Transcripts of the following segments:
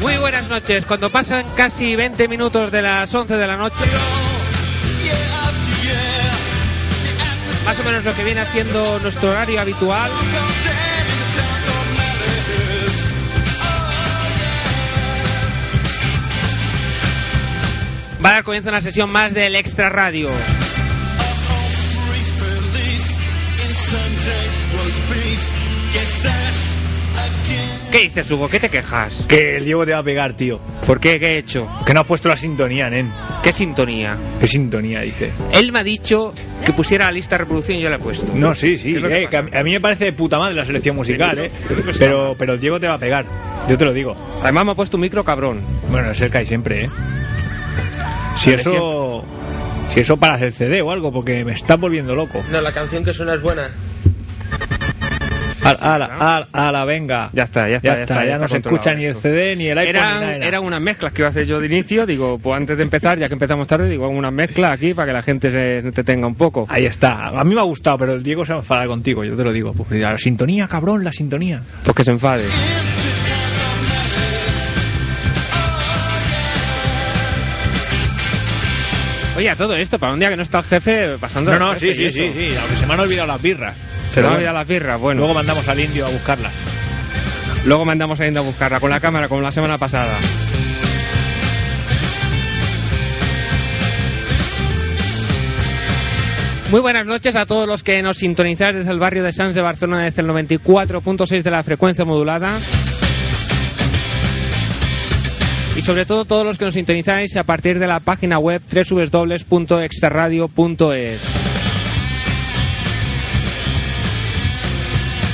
Muy buenas noches. Cuando pasan casi 20 minutos de las 11 de la noche, más o menos lo que viene haciendo nuestro horario habitual. Va a dar comienzo una sesión más del Extra Radio. ¿Qué dices, Hugo? ¿Qué te quejas? Que el Diego te va a pegar, tío. ¿Por qué? ¿Qué he hecho? Que no has puesto la sintonía, nen. ¿Qué sintonía? ¿Qué sintonía, dice? Él me ha dicho que pusiera la lista de reproducción y yo la he puesto. No, sí, sí. ¿Qué es lo que eh, que a, pasa? a mí me parece de puta madre la selección musical, Sí, eh. creo que está Pero, pero el Diego te va a pegar. Yo te lo digo. Además me ha puesto un micro cabrón. Bueno, es el que hay siempre, eh. Si Vale, eso. Si eso paras el CD o algo, porque me estás volviendo loco. No, la canción que suena es buena. Ala, ala, ala, ala, venga. Ya está, ya está, ya Ya, está, ya no está se controlado escucha ni el esto. CD, ni el iPhone, ni nada, Eran, ni nada. eran unas mezclas que iba a hacer yo de inicio. Digo, pues antes de empezar, ya que empezamos tarde, digo, hago unas mezclas aquí para que la gente se entretenga un poco. Ahí está. A mí me ha gustado, pero el Diego se va a enfadar contigo, yo te lo digo. Pues, la sintonía, cabrón, la sintonía. Pues que se enfade. Oye, a todo esto, ¿para un día que no está el jefe pasando No, al no, jefe sí, y sí, eso? sí, sí. Aunque se me han olvidado las birras. Se Pero nos ha bueno, olvidado las birras, bueno. Luego Luego, mandamos al indio a buscarlas. mandamos a Inda a buscarla con la cámara, como la semana pasada. Muy buenas noches a todos los que nos sintonizáis desde el barrio de Sanz de Barcelona desde el 94.6 de la frecuencia modulada. Y sobre todo todos los que nos sintonizáis a partir de la página web www.extraradio.es.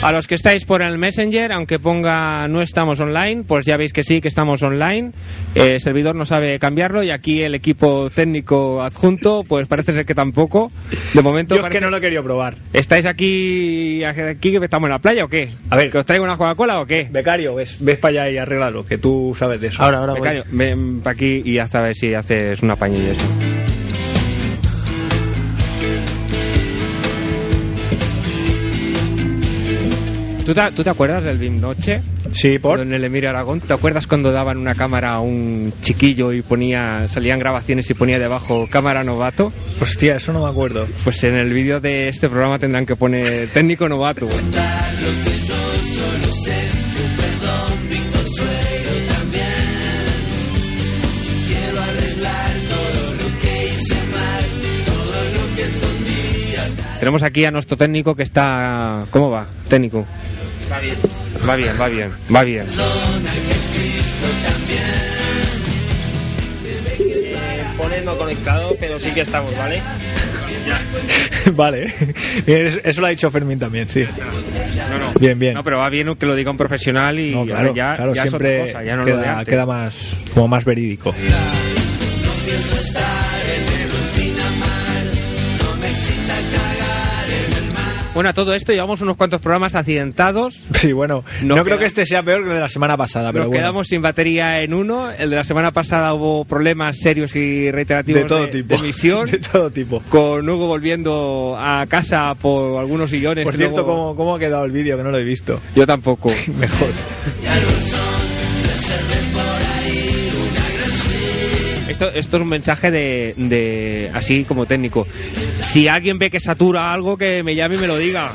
A los que estáis por el Messenger, aunque ponga no estamos online, pues ya veis que sí, que estamos online. Eh, el servidor no sabe cambiarlo y aquí el equipo técnico adjunto, pues parece ser que tampoco. De momento Yo es parece- que no lo he querido probar. ¿Estáis aquí, aquí que estamos en la playa o qué? A ver. ¿Que os traigo una Coca-Cola o qué? Becario, ves, ves para allá y arréglalo, que tú sabes de eso. Ahora, ahora Me voy. callo. Ven para aquí y haz a ver si haces una pañilla eso. ¿Tú te, tú te acuerdas del BIM Noche? Sí, por. En el Emilio Aragón. ¿Te acuerdas cuando daban una cámara a un chiquillo y ponía salían grabaciones y ponía debajo cámara novato? Hostia, eso no me acuerdo. Pues en el vídeo de este programa tendrán que poner técnico novato. Tenemos aquí a nuestro técnico que está... ¿Cómo va, técnico? Va bien. Va bien, va bien, va bien. Pone no conectado, pero sí que estamos, ¿vale? vale. Bien, es- Eso lo ha dicho Fermín también, sí. No, no. Bien, bien. No, pero va bien que lo diga un profesional y No, claro, ahora ya, claro, ya es otra siempre cosa, ya no lo de queda, antes. queda más, como más verídico. Bueno, a todo esto llevamos unos cuantos programas accidentados. Sí, bueno, No no, creo queda- que este sea peor que el de la semana pasada, Ah, pero Nos bueno. quedamos sin batería en uno. El de la semana pasada hubo problemas serios y reiterativos de todo tipo. de misión. De todo tipo. Con Hugo volviendo a casa por algunos sillones. Por que cierto, luego- ¿cómo, ¿cómo ha quedado el vídeo? Que no lo he visto. Yo tampoco. Mejor. Esto, esto es un mensaje de, de- así como técnico. Si alguien ve que satura algo, que me llame y me lo diga.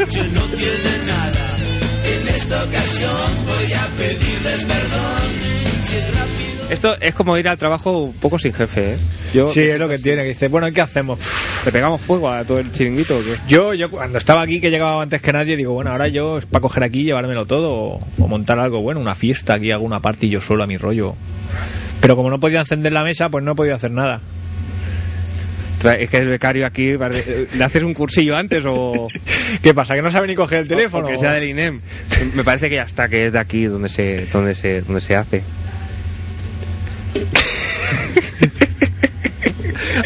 Esto es como ir al trabajo un poco sin jefe, ¿eh? Yo- Sí, es lo que tiene. Que dice, bueno, ¿y ¿qué hacemos? ¿Le pegamos fuego a todo el chiringuito o qué? Yo, yo cuando estaba aquí, que llegaba antes que nadie, digo, bueno, ahora yo es para coger aquí y llevármelo todo o, o montar algo, bueno, una fiesta aquí, hago una party yo solo a mi rollo. Pero como no podía encender la mesa, pues no he podido hacer nada. Tra- Es que el becario aquí, parece- ¿le haces un cursillo antes o...? ¿Qué pasa? ¿Que no sabe ni coger el teléfono? O Que sea del INEM. Me parece que ya está, que es de aquí donde se, donde se, donde se hace.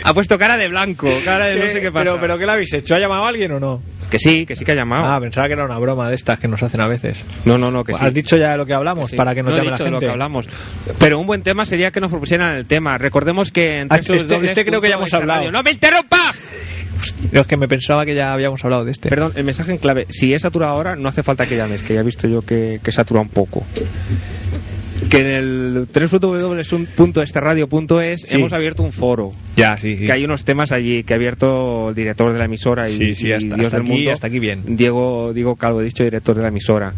ha puesto cara de blanco, cara de no Eh, sé qué pasa. Pero, ¿Pero qué le habéis hecho? ¿Ha llamado a alguien o no? Que sí, que sí que ha llamado. Ah, pensaba que era una broma de estas que nos hacen a veces. no, no, no, que sí. ¿Has dicho ya lo que hablamos Sí. para que no, he llame dicho la de lo gente? que hablamos. Pero un buen tema sería que nos propusieran el tema. Recordemos que en Ah, este- www.extraradio- este creo que ya hemos hablado. ¡No me interrumpa! Yo es que me pensaba que ya habíamos hablado de este. Perdón, el mensaje en clave. Si es saturado ahora, no hace falta que llames, que ya he visto yo que, que satura un poco. que en el este www.esteradio.es hemos abierto un foro. Ya, sí, sí. Que hay unos temas allí que ha abierto el director de la emisora y, Sí, sí, y hasta- Dios hasta del aquí- mundo. hasta aquí bien. Diego, Diego Calvo, dicho director de la emisora.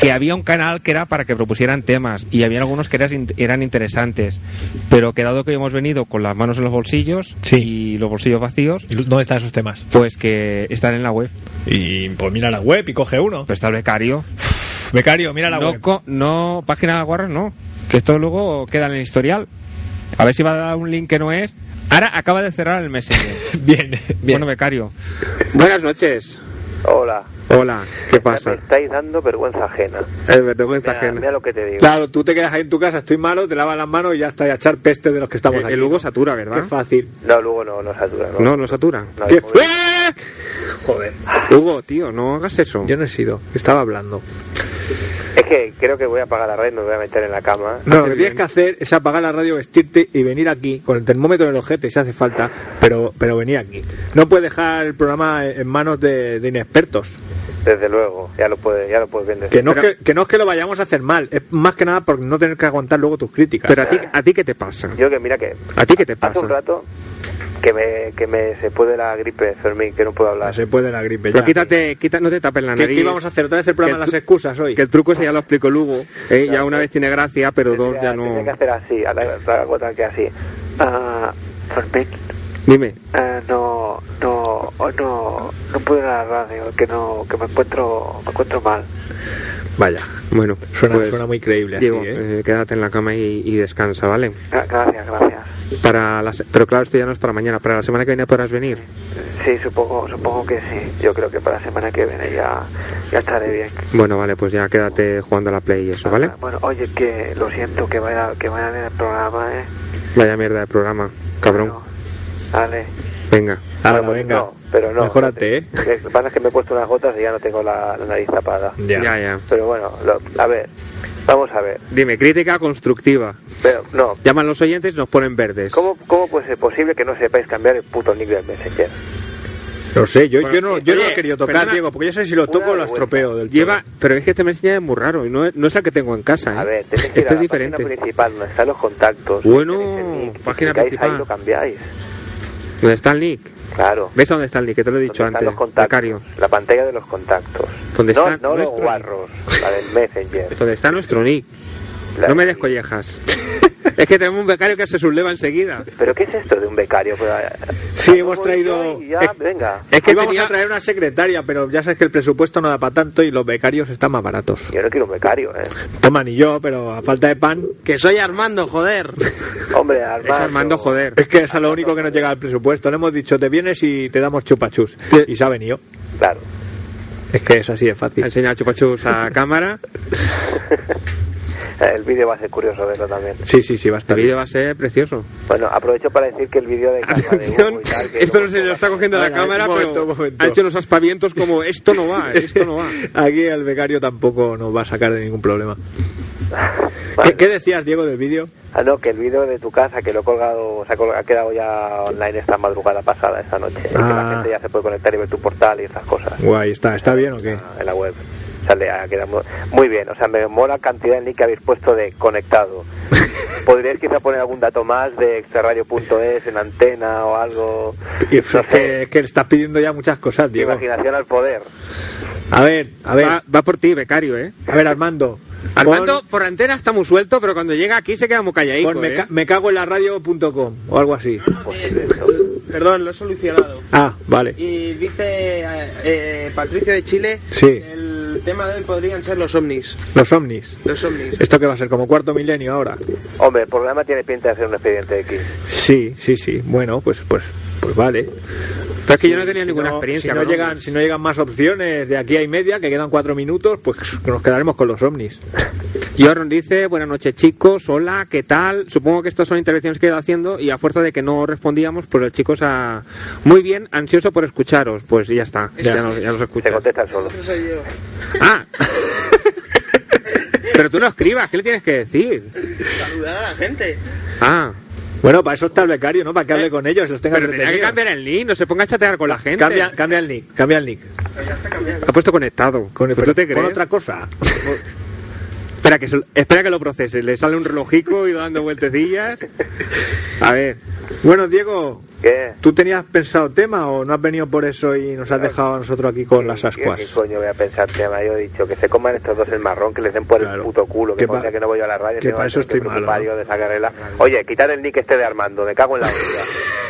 que había un canal que era para que propusieran temas y había algunos que eras in- eran interesantes. Pero que dado que hemos venido con las manos en los bolsillos Sí. y los bolsillos vacíos, ¿Dónde están esos temas? pues que están en la web. Y pues mira la web y coge uno. Pero está el becario. Becario, mira la no, web. co- no, página guarras no. Que esto luego queda en el historial. A ver si va a dar un link que no es. Ahora acaba de cerrar el Messenger. Bien, bien. Bueno, becario. Buenas noches. Hola. Hola, ¿qué Me estáis dando vergüenza ajena. Eh, es verdad, Mira, mira lo que te digo. Claro, tú te quedas ahí en tu casa, estoy malo, te lavas las manos y ya está, y a echar peste de los que estamos El- aquí. Eh, el Hugo satura, ¿verdad? Qué fácil. No, luego no, no satura. No, No, no satura. No, qué de momento. ¡Ah! Joder. Hugo, tío, no hagas eso. Yo no he sido, estaba hablando. Es que creo que voy a apagar la red, me voy a meter en la cama. No, lo que Haces tienes bien. que hacer es apagar la radio, vestirte y venir aquí con el termómetro en el ojete si hace falta, pero, pero venir aquí. No puedes dejar el programa en manos de, de inexpertos. Desde luego, ya lo puedes, ya lo puedes bien decir. Que no, es Pero- que, que no es que lo vayamos a hacer mal, es más que nada por no tener que aguantar luego tus críticas. Pero a ti, ¿a ti qué te pasa? Yo que mira que ¿A ti qué te pasa? hace un rato que me, que me se puede la gripe, Fermín, que no puedo hablar. se puede la gripe. Pero ya. quítate, quita, no te tapes la ¿Qué, nariz. qué íbamos a hacer? ¿Otra vez el programa Que de tú- las excusas hoy? Que el truco ese ya lo explicó el Hugo. ¿eh? Ya una vez tiene gracia, pero dos Tendría- ya tendría no. que hacer así, a la, a la gota que así. Ah, Fermín, Dime. ah, no, no, hoy no, no puedo ir a la radio, que no, que me encuentro, me encuentro mal. Vaya, Bueno, suena, pues, suena muy creíble así, Diego, ¿eh? eh, quédate en la cama y, y descansa, ¿vale? Gra- Gracias, gracias. Para la se- pero claro, esto ya no es para mañana. Para la semana que viene podrás venir. Sí, supongo, supongo que sí. Yo creo que para la semana que viene ya, ya estaré bien. Bueno, vale, pues ya quédate jugando a la Play y eso, ¿vale? Ah, Bueno, oye, que lo siento que vaya, que vaya bien el programa, ¿eh? Vaya mierda de programa, cabrón. Bueno, Vale. Venga. Ahora, Bueno, venga, no, pero no. mejórate, ¿eh? Lo que pasa es que me he puesto unas gotas y ya no tengo la, la nariz tapada. Ya, ya. Pero bueno, lo- a ver, vamos a ver. Dime, crítica constructiva. Pero no, Llaman los oyentes y nos ponen verdes. ¿cómo, cómo puede ser posible que no sepáis cambiar el puto nick del Messenger? Lo sé, yo, Bueno, yo no, yo no oye, lo he querido tocar, perdona. Diego, porque yo sé si lo Una toco lo vergüenza. estropeo del todo. Lleva, pero es que este Messenger es muy raro y no es, no es el que tengo en casa. ¿eh? A ver, tenéis que ir este a es la diferente. página principal donde están los contactos. Bueno, tenéis el nick, y página clicáis principal. Ahí lo cambiáis, ¿Dónde está el Nick? claro. ¿Ves dónde está el Nick? Que te lo he dicho Donde están antes. los contactos, Becario. La pantalla de los contactos. Donde no, está no los nuestro- guarros, la del Messenger. ¿Dónde está nuestro Nick? la No me del- descollejas. es que tenemos un becario que se subleva enseguida. ¿Pero qué es esto de un becario? Pero, eh, Sí, ah, hemos no, traído- Ya, Eh, venga. Es que Hoy vamos tenía- a traer una secretaria, pero ya sabes que el presupuesto no da para tanto y los becarios están más baratos. Yo no quiero un becario, ¿eh? Toma, ni yo, pero a falta de pan. Que soy Armando, joder. Hombre, Es Armando. Armando, joder. Es que es a lo único que nos llega al presupuesto. Le hemos dicho, te vienes y te damos chupachus. Y se ha venido. Claro. Es que es así de fácil. Enseña chupachus a cámara. El vídeo va a ser curioso verlo también. Sí, sí, sí, va a Este estar vídeo bien. va a ser precioso. Bueno, aprovecho para decir que el vídeo de casa de Hugo Atención, y tal, que esto no luego- se lo está cogiendo la Venga, cámara, un momento, pero un momento. ha hecho unos aspavientos como esto no va, esto no va. Aquí el becario tampoco nos va a sacar de ningún problema. Vale. ¿Qué, qué decías, Diego, del vídeo? Ah, no, que el vídeo de tu casa, que lo he colgado, se ha, colga- ha quedado ya online esta madrugada pasada, esta noche. Y que Ah. la gente ya se puede conectar y ver tu portal y esas cosas. Guay, está, ¿está bien o qué? Ah, En la web. O sea, le ha quedado muy, muy bien. O sea, me mola la cantidad de link que habéis puesto de conectado. Podríais quizá poner algún dato más de extraradio.es en antena o algo. Y, pues, No es, que, sé. es que estás pidiendo ya muchas cosas, Diego. Imaginación al poder. A ver, a ver, Va, va por ti, becario, ¿eh? a ver, Armando. Armando pon- por antena está muy suelto, pero cuando llega aquí se queda muy pon calladico, me, ¿eh? ca- me cago en la radio.com o algo así. Posible eso. Perdón, lo he solucionado. Ah, vale. Y dice eh, eh, Patricia de Chile, Sí. el tema de hoy podrían ser los ovnis. Los ovnis. Los ovnis. ¿Esto que va a ser? ¿Como cuarto milenio ahora? Hombre, el programa tiene pinta de ser un expediente X. Sí, sí, sí. Bueno, pues, pues, pues vale. Pero es que yo no tenía Si ninguna no- experiencia. Si no, con llegan, ovnis. si no llegan más opciones de aquí a y media, que quedan cuatro minutos, pues nos quedaremos con los ovnis. Jorron dice, buenas noches chicos, hola, ¿qué tal? Supongo que estas son intervenciones que he ido haciendo y a fuerza de que no respondíamos, pues el chico se ha... Muy bien, ansioso por escucharos, pues ya está, ya, no- ya los Se escuchas. contestan solo. Eso soy yo. Ah, pero tú no escribas, ¿qué le tienes que decir? Saludar a la gente. Ah, Bueno, para eso está el becario, ¿no? Para que hable con ellos, los tenga Eh, pero tenía que entretenidos. cambiar el link, no se ponga a chatear con la gente. Cambia, cambia el nick, cambia el nick. Ha puesto conectado. Con, ¿Pero tú te con crees? otra cosa. Espera que, se- espera que lo procese. Le sale un relojico y dando vueltecillas. A ver. Bueno, Diego, ¿Qué? ¿tú tenías pensado tema o no has venido por eso y nos has dejado a nosotros aquí con las ¿Qué- ascuas? ¿Qué, coño voy a pensar, tema? Yo he dicho que se coman estos dos el marrón, que les den por Claro. el puto culo, que Que pa- por que no voy a la radio, que tengo pa' eso tener estoy preocupar malo, yo de esa carrera. Oye, quitar el nick este de Armando, me cago en la hostia.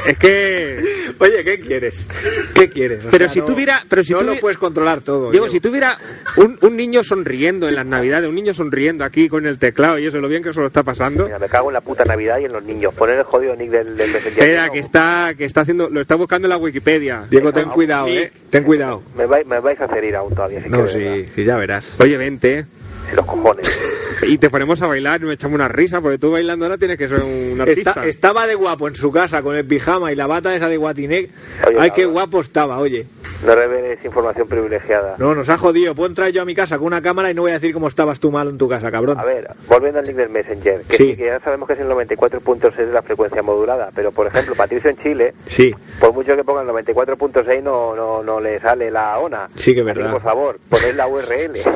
Es que. Oye, ¿qué quieres? ¿Qué quieres? O Pero sea, si no- tuviera- pero si no tuvi- lo puedes controlar Diego, todo. Diego. si tuviera un, un niño sonriendo en las navidades, un niño sonriendo aquí con el teclado y eso, lo bien que se lo está pasando. Mira, me cago en la puta Navidad y en los niños. Poner el jodido nick del, del Messenger. Espera, No, que está, que está haciendo, lo está buscando en la Wikipedia. Diego, ten cuidado, eh. Ten cuidado. Me, vai- me vais a hacer ir aún todavía. si No, es que de sí, verdad. sí, ya verás. Oye, vente, eh. Si Los cojones. Y te ponemos a bailar, nos echamos una risa, porque tú bailando ahora tienes que ser un artista. Está- estaba de guapo en su casa con el pijama y la bata esa de Guatinec. Oye, Ay, qué cabrón. guapo estaba, oye. No reveles información privilegiada. No, nos ha jodido. Puedo entrar yo a mi casa con una cámara y no voy a decir cómo estabas tú mal en tu casa, cabrón. A ver, volviendo al link del Messenger, que, Sí. sí, que ya sabemos que es el 94.6 de la frecuencia modulada, pero por ejemplo, Patricio en Chile, Sí, por mucho que pongan 94.6 no, no, no le sale la ONA. Sí que es Así verdad. por favor, poned la URL.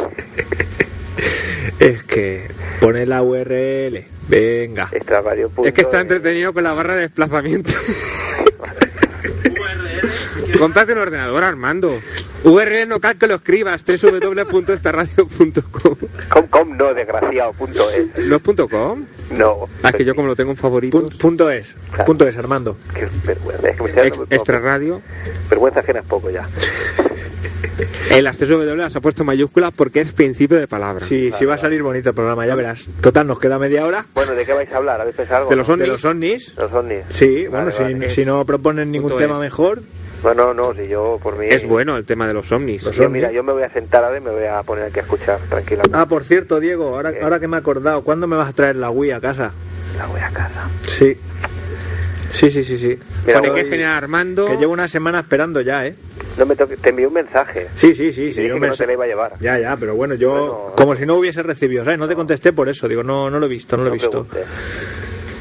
es que pone la URL. Venga. Extraradio. Es que está entretenido con la barra de desplazamiento. Comprate un ordenador, Armando. URL no cal que lo escribas, www.estarradio.com. Com, com no, desgraciado, punto es. ¿No es punto .com? No. Ah, es que yo como lo tengo en favoritos. Pun- punto es. Claro. Punto es, Armando. Qué vergüenza, es que me estoy Ex- dando- Extra radio. Vergüenza ajena es poco ya. El acceso W las ha puesto mayúsculas porque es principio de palabra. Sí, sí va a salir bonito el programa, ya verás. Total, nos queda media hora. Bueno, ¿de qué vais a hablar? ¿Habéis pensado algo? De los De ovnis. los ovnis. Los ovnis. Sí, Vale, bueno, si, vale. si no proponen ningún Punto tema es. mejor, Bueno, no, si yo por mí... Es bueno el tema de los ovnis. Los Yo, ovnis. mira, yo me voy a sentar ahora y me voy a poner aquí a escuchar tranquilamente. Ah, por cierto, Diego, ahora, ¿Qué? ahora que me he acordado, ¿cuándo me vas a traer la Wii a casa? La voy a casa. Sí. Sí, sí, sí, sí. Mira, Pone voy- que es general Armando. Que llevo una semana esperando ya, ¿eh? No me toque... Te envié un mensaje. Sí, sí, sí. Y sí dije yo que me- no te la iba a llevar. Ya, ya, pero bueno, yo... Bueno, como si no hubiese recibido, ¿sabes? No te contesté por eso. Digo, no, no lo he visto, no lo No he visto. preguntes.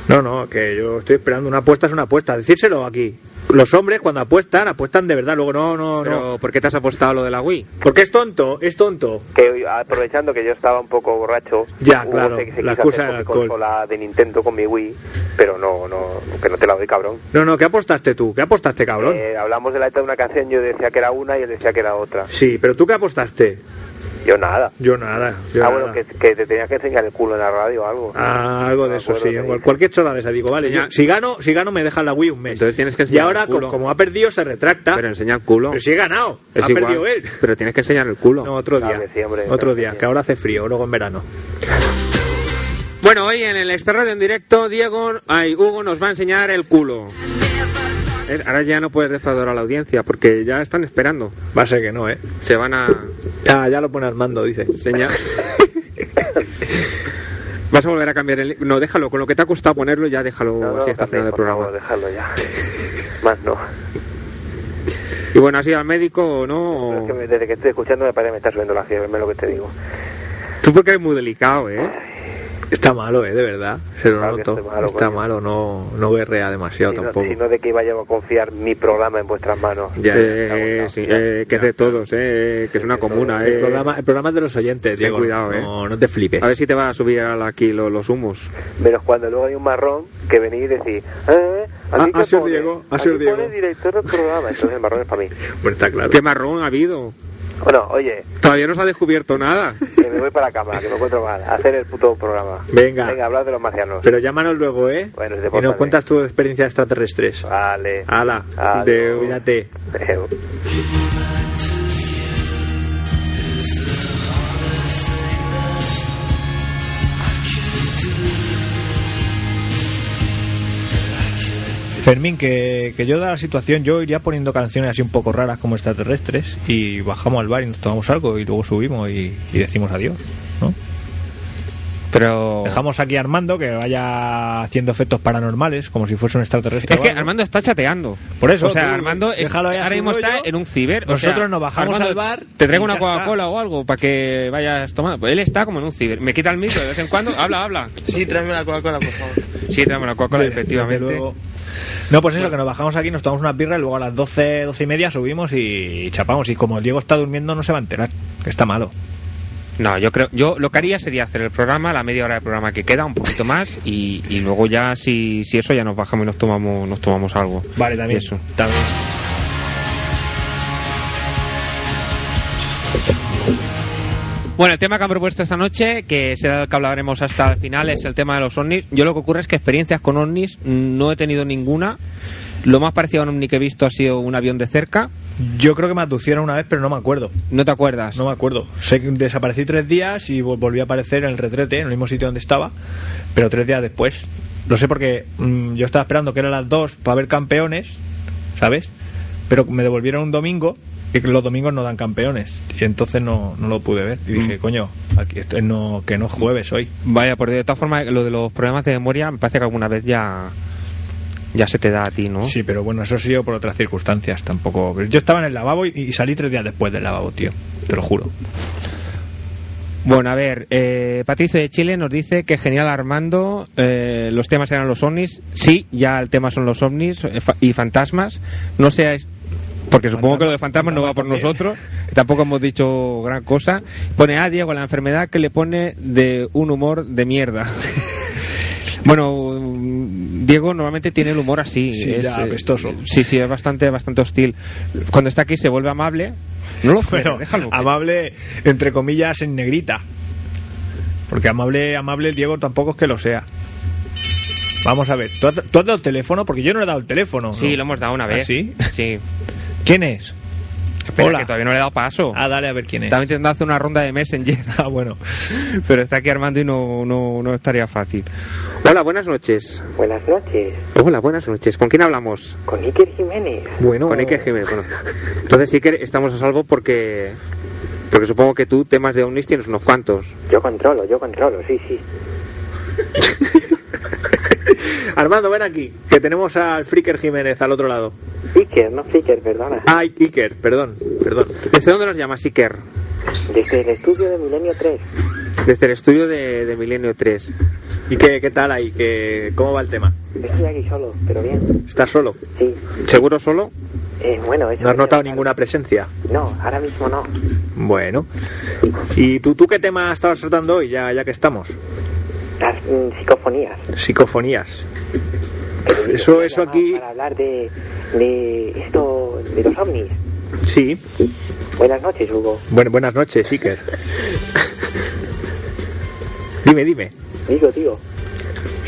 No, no, que yo estoy esperando. Una apuesta es una apuesta. Decírselo aquí. Los hombres cuando apuestan, apuestan de verdad. Luego, no, no, no. Pero ¿por qué te has apostado lo de la Wii? Porque es tonto, es tonto. Que aprovechando que yo estaba un poco borracho, Ya, hubo claro, que se quiso la excusa hacer del con alcohol. consola de Nintendo con mi Wii, pero no, no, que no te la doy, cabrón. No, no, ¿qué apostaste tú? ¿Qué apostaste, cabrón? Eh, hablamos de la letra de una canción, yo decía que era una y él decía que era otra. Sí, pero ¿tú qué apostaste? Yo nada. Yo nada. Yo ah, nada. bueno, que, que te tenías que enseñar el culo en la radio o algo. Ah, algo de Me eso, acuerdo sí. que Cual- dije. Cualquier chorra de esa. Digo, vale, Enseña- yo- si gano, si gano me deja la Wii un mes. Entonces tienes que y enseñar ahora, el culo. co- como ha perdido, se retracta. Pero enseña el culo. Pero si he ganado, Es ha igual, perdido él. Pero tienes que enseñar el culo. No, otro Claro día. que sí, hombre, otro claro que día, sí. que ahora hace frío, luego en verano. Bueno, hoy en el Extra Radio en directo, Diego, ay, Hugo nos va a enseñar el culo. Eh, Ahora ya no puedes defraudar a la audiencia porque ya están esperando. Va a ser que no, ¿eh? Se van a Ah, ya lo pone Armando, dice. enseñar. Vas a volver a cambiar el. No, déjalo, con lo que te ha costado ponerlo, ya déjalo No, pues no, así hasta el final Carmen, del por programa. favor, déjalo ya. Más no. Y bueno, así al médico o no. o- Pero es que me- desde que estoy escuchando me parece que me está subiendo la fiebre, es lo que te digo. Tú porque eres muy delicado, ¿eh? Está malo, ¿eh? De verdad. Se lo Claro que noto. estoy malo, Está coño. malo, no, no guerrea demasiado Si no, tampoco. si no, de que iba yo a confiar mi programa en vuestras manos. Ya, Eh, sí, eh, que es de todos, ¿eh? Que es una comuna, El, ¿eh? programa, el programa es de los oyentes, Diego. cuidado, ¿eh? no, no te flipes. A ver si te va a subir a la- aquí lo- los humos. Menos cuando luego hay un marrón que venís y decís, eh, a mí Ah, ha que sido pone, Diego, ha a sido mí Diego. pone director del programa, entonces el marrón es para mí. pues Bueno, está claro. ¿Qué marrón ha habido? Bueno, oye, Todavía no se ha descubierto nada. que me voy para la cama, que me encuentro mal, a hacer el puto programa. Venga. Venga, hablad de los marcianos. Pero llámanos luego, ¿eh? Bueno, es de y nos portales. cuentas tu experiencia extraterrestres. Vale. Ala, Adiós. de- cuídate. Adeu. Fermín, que, que yo da la situación, yo iría poniendo canciones así un poco raras como extraterrestres y bajamos al bar y nos tomamos algo y luego subimos y, y decimos adiós, ¿no? Pero. Dejamos aquí a Armando que vaya haciendo efectos paranormales como si fuese un extraterrestre. Es o que algo. Armando está chateando. Por eso, O sea, tú Armando es- déjalo ahí a ahora su mismo está rollo. en un ciber. o Nosotros sea, nos bajamos Armando, al bar Te traigo y una ya está. Coca-Cola o algo para que vayas tomando. Pues él está como en un ciber. Me quita el micro de vez en cuando. Habla, habla. Sí, tráeme la Coca-Cola, por favor. Sí, tráeme una Coca-Cola, pues, Desde efectivamente. luego. No, pues eso, que nos bajamos aquí, nos tomamos una birra y luego a las 12, 12 y media subimos y chapamos. Y como el Diego está durmiendo, no se va a enterar, que está malo. No, yo creo, yo lo que haría sería hacer el programa, la media hora de programa que queda, un poquito más, y, y luego ya si, si eso ya nos bajamos y nos tomamos, nos tomamos algo. Vale, también. Eso. También. Bueno, el tema que han propuesto esta noche, que será el que hablaremos hasta el final, es el tema de los ovnis. Yo lo que ocurre es que experiencias con ovnis no he tenido ninguna. Lo más parecido a un ovni que he visto ha sido un avión de cerca. Yo creo que me abducieron una vez, pero no me acuerdo. ¿No te acuerdas? No me acuerdo. Sé que desaparecí tres días y vol- volví a aparecer en el retrete, en el mismo sitio donde estaba, pero tres días después. Lo sé porque mm, yo estaba esperando que eran las dos para ver campeones, ¿sabes? Pero me devolvieron un domingo, que los domingos no dan campeones, y entonces no, no lo pude ver. Mm. Y dije, coño, aquí esto no, que no es jueves hoy. Vaya, por de todas formas, lo de los problemas de memoria me parece que alguna vez ya, ya se te da a ti, ¿no? Sí, pero bueno, eso ha sido por otras circunstancias, tampoco. pero Yo estaba en el lavabo y, y salí tres días después del lavabo, tío, te lo juro. Bueno, a ver, eh, Patricio de Chile nos dice que genial Armando, eh, los temas eran los ovnis. Sí, ya el tema son los ovnis eh, fa- y fantasmas. No seáis... Porque supongo que lo de fantasmas no va por Fantasmas nosotros, tampoco hemos dicho gran cosa. Pone a Diego la enfermedad que le pone de un humor de mierda. bueno, mm, Diego normalmente tiene el humor así. Sí, es, ya, eh, apestoso. Sí, sí, es bastante, bastante hostil. Cuando está aquí se vuelve amable. No lo fuera, Bueno, déjalo. que- amable, entre comillas, en negrita. Porque amable, amable, el Diego tampoco es que lo sea. Vamos a ver, ¿tú has, tú has dado el teléfono? Porque yo no le he dado el teléfono. Sí, ¿no? lo hemos dado una ¿Ah, vez. sí? Sí. ¿Quién es? Espera, Hola. que todavía no le he dado paso. Ah, dale a ver quién es. Estaba intentando hacer una ronda de Messenger, Ah, bueno. pero está aquí Armando y no, no, no estaría fácil. Hola, buenas noches. Buenas noches, Hola, buenas noches. ¿Con quién hablamos? con Iker Jiménez. Bueno, con Iker Jiménez. Bueno, entonces sí que estamos a salvo porque porque supongo que tú temas de ovnis tienes unos cuantos. Yo controlo, yo controlo, sí, sí. Armando, ven aquí, que tenemos al Fricker Jiménez al otro lado. Iker, no Flicker, perdona. Ah, Iker, perdón, perdón. ¿Desde dónde nos llamas, Iker? Desde el estudio de Milenio 3. Desde el estudio de, de Milenio 3. ¿Y qué, qué tal ahí? ¿Qué, ¿Cómo va el tema? Estoy aquí solo, pero bien. ¿Estás solo? Sí. ¿Seguro solo? Eh, bueno, eso ¿No has es- notado ninguna presencia? No, ahora mismo no. Bueno. ¿Y tú, tú qué tema estabas tratando hoy, ya, ya que estamos? Las mm, psicofonías. Psicofonías. Eso, eso Llamado aquí... Para hablar de, de esto, de los ovnis. Sí. Buenas noches, Hugo. Bueno, buenas noches, Iker. dime, dime. Digo, tío.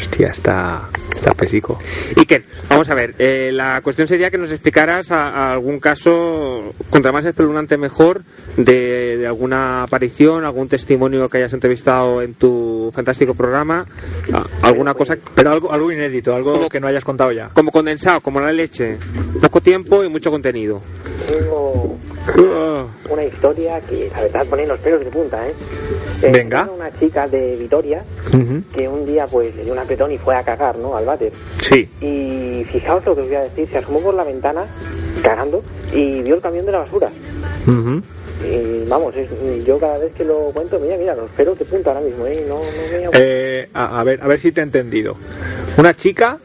Hostia, está... Está pesico. Iker, vamos a ver, eh, la cuestión sería que nos explicaras a- a algún caso, contra más espeluznante mejor, de, de alguna aparición, algún testimonio que hayas entrevistado en tu fantástico programa, a- alguna cosa Pero algo, algo inédito, algo que no hayas contado ya. como condensado, como la leche. Poco tiempo y mucho contenido. Tengo una historia que la verdad pone los pelos de punta, ¿eh? Eh, Venga. era Una chica de Vitoria Ujú. que un día pues le dio un apretón y fue a cagar, ¿no? Al váter. Sí. Y fijaos lo que os voy a decir, se asomó por la ventana cagando y vio el camión de la basura. Ujú. Y vamos, es- yo cada vez que lo cuento, mira, mira, los pelos de punta ahora mismo, ¿eh? No, no me Eh, a, a ver, a ver si te he entendido. Una chica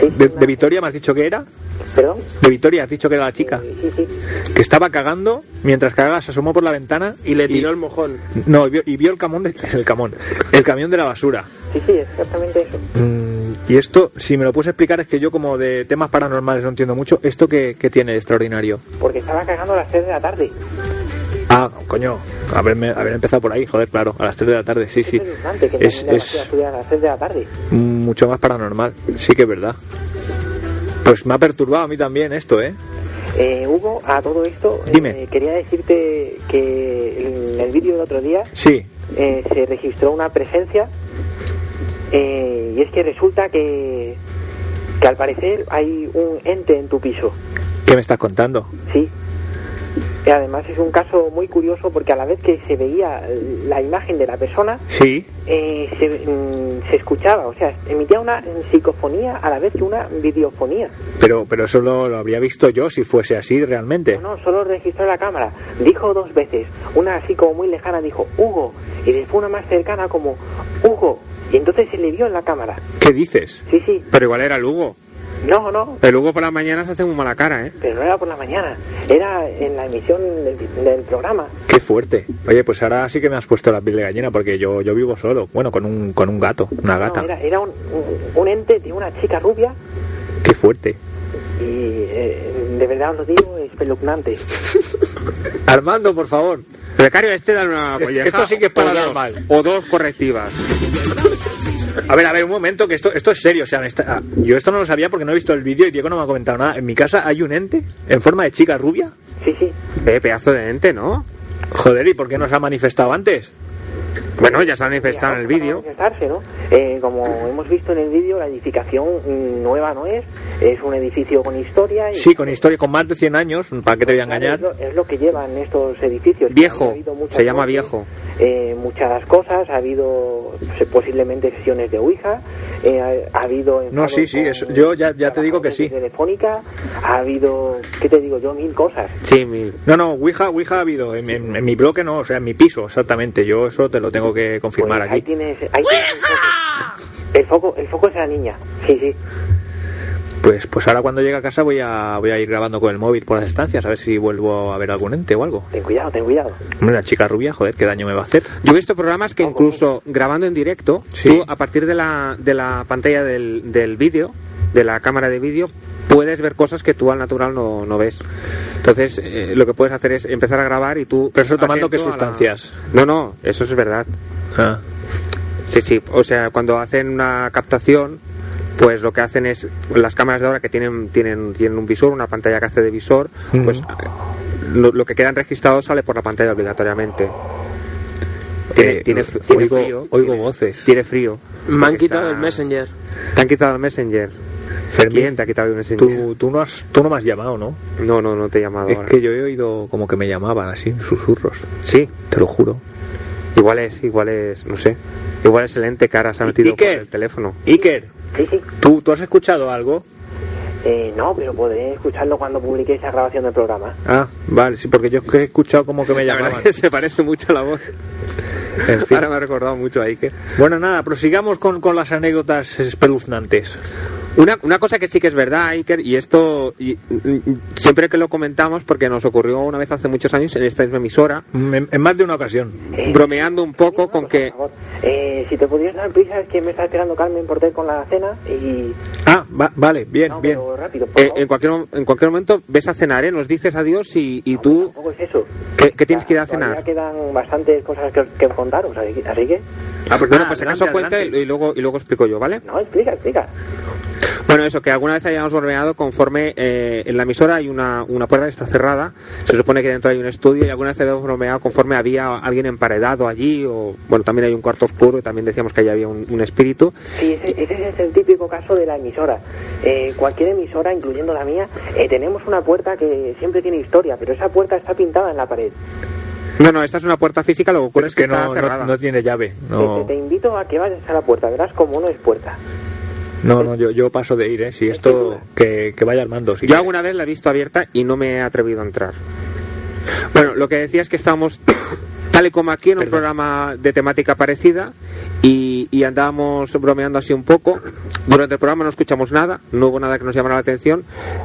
Sí, de, una- de Vitoria, me has dicho que era. Perdón. De Vitoria, has dicho que era la chica. Eh, Sí, sí. Que estaba cagando, mientras cagaba se asomó por la ventana y le tiró el mojón. No, y vio, y vio el camón, de- el camón, el camión de la basura. Sí, sí, exactamente eso. Mm, y esto, si me lo puedes explicar, es que yo como de temas paranormales no entiendo mucho. ¿Esto que tiene de extraordinario? Porque estaba cagando a las 3 de la tarde. Ah, coño, haberme, haber empezado por ahí, joder, claro, a las 3 de la tarde, sí, sí. Es impresionante que Es, es, es a las 3 de la tarde. mucho más paranormal, sí que es verdad. Pues me ha perturbado a mí también esto, ¿eh? Eh, Hugo, a todo esto, eh, Dime. quería decirte que en el vídeo del otro día Sí, eh, se registró una presencia eh, y es que resulta que, que al parecer hay un ente en tu piso, ¿qué me estás contando? ¿sí? Y además es un caso muy curioso porque a la vez que se veía la imagen de la persona, Sí, eh, se, mm, se escuchaba, o sea, emitía una mm, psicofonía a la vez que una videofonía. pero, pero eso lo, lo habría visto yo si fuese así realmente. No, no, solo registró la cámara. Dijo dos veces. Una así como muy lejana dijo, Hugo. Y después una más cercana como, Hugo. Y entonces se le vio en la cámara. ¿Qué dices? Sí, sí. Pero igual era Lugo. No, no, El Hugo por las mañanas hace muy mala cara, ¿eh? pero no era por la mañana, era en la emisión del, del programa. Qué fuerte. Oye, pues ahora sí que me has puesto la piel de gallina porque yo, yo vivo solo. Bueno, con un, con un gato, una Ah, No, gata. era era un, un- un ente de una chica rubia Qué fuerte. y eh, de verdad os lo digo, espeluznante. Armando, por favor. Becario, este da una Este- colleja esto sí que es o dos- paranormal. O dos correctivas. A ver, a ver, un momento, que esto, esto es serio. O sea, me está- ah, yo esto no lo sabía porque no he visto el vídeo y Diego no me ha comentado nada. En mi casa hay un ente en forma de chica rubia. Sí, sí, Eh, pedazo de ente, ¿no? Joder, ¿y por qué no se ha manifestado antes? Bueno, ya se ha manifestado en el vídeo. Manifestarse, ¿no? Eh, como hemos visto en el vídeo, la edificación mm, nueva no es, es un edificio con historia. Y Sí, con historia, con más de 100 años, ¿para qué te voy a engañar? Es lo, es lo que llevan estos edificios. Viejo, Ha habido muchas se llama muertes, viejo. eh, muchas cosas, ha habido pues, posiblemente sesiones de Ouija, eh, ha, ha habido... enfados sí, sí, con eso- yo ya- ya te digo que sí. trabajadores de Telefónica, ha habido, ¿qué te digo yo? Mil cosas. Sí, mil. No, no, Ouija, Ouija ha habido. En, en- en mi bloque no, o sea, en mi piso, exactamente. Yo eso te lo tengo que confirmar Pues Ahí aquí. tienes... Ahí tienes el foco. el foco, el foco es la niña, sí, sí. Pues, pues ahora cuando llegue a casa voy a, voy a ir grabando con el móvil por las estancias, a ver si vuelvo a ver algún ente o algo. Ten cuidado, ten cuidado. Hombre, la chica rubia, joder, qué daño me va a hacer. Yo he visto programas que incluso grabando en directo, Sí. tú a partir de la, de la pantalla del, del vídeo, de la cámara de vídeo, puedes ver cosas que tú al natural no, no ves. Entonces, eh, lo que puedes hacer es empezar a grabar y tú... Pero eso tomando qué atento a la- sustancias. No, no, eso es verdad. Ah. Sí, sí, o sea, cuando hacen una captación, pues lo que hacen es las cámaras de ahora que tienen tienen tienen un visor, una pantalla que hace de visor, Ujú. pues eh, lo, lo que quedan registrados sale por la pantalla obligatoriamente. Tiene, Eh, tiene- oigo- tiene frío, oigo tiene- voces. Tiene frío. Me han Porque quitado está- el Messenger. Te han quitado el Messenger. Fermín, ¿Quién te ha quitado el Messenger? Tú, tú, no has, tú no me has llamado, ¿no? No, no, no te he llamado Es ahora. que yo he oído como que me llamaban así, en susurros. Sí, Te lo juro. igual es, igual es, no sé. Igual es el ente que ahora se ha ¿Y- metido y qué? por el teléfono. Iker, Sí, sí. ¿tú, ¿tú has escuchado algo? Eh, no, pero podré escucharlo cuando publique esa grabación del programa. Ah, vale, sí, porque yo he escuchado como que me La verdad llamaban. que se parece mucho a la voz. En fin. Ahora me ha recordado mucho a Iker. Bueno, nada, prosigamos con, con las anécdotas espeluznantes. Una, una cosa que sí que es verdad, Iker, y esto y- y- y siempre que lo comentamos, porque nos ocurrió una vez hace muchos años en esta misma emisora, Mm, En, en más de una ocasión. Eh, bromeando un poco Una con cosa, que... por favor. Eh, si te pudieras dar prisa, es que me está esperando Carmen Porter con la cena y. Ah, va- vale, bien, no, bien. pero rápido, por eh, favor. en, cualquier, mo- en cualquier momento ves a cenar, ¿eh? nos dices adiós y, y tú... Tampoco es eso. ¿Qué, qué tienes que ir a Todavía cenar? quedan bastantes cosas que, que contaros, así que- así que. Ah, pues bueno, Ah, pues si adelante, acaso cuenta y, adelante. y luego, y luego explico yo, ¿vale? No, explica, explica. Bueno, eso, que alguna vez hayamos bromeado conforme eh, en la emisora hay una, una puerta que está cerrada, se supone que dentro hay un estudio y alguna vez habíamos bromeado conforme había alguien emparedado allí o, bueno, también hay un cuarto oscuro y también decíamos que allí había un, un espíritu. Sí, ese, ese es el típico caso de la emisora. Eh, cualquier emisora, incluyendo la mía, eh, tenemos una puerta que siempre tiene historia, pero esa puerta está pintada en la pared. No, no, esta es una puerta física, lo que ocurre Pero es que, está Pues no, cerrada. no, no tiene llave. Eh, No, te invito a que vayas a la puerta, verás como no es puerta. no, no, yo, yo paso de ir, ¿eh? Si esto, que, que vaya armando. Si Yo alguna vez la he visto abierta y no me he atrevido a entrar. Bueno, lo que decía es que estábamos tal y como aquí en un programa de temática parecida y, y andábamos bromeando así un poco. Durante el programa no escuchamos nada, no hubo nada que nos llamara la atención,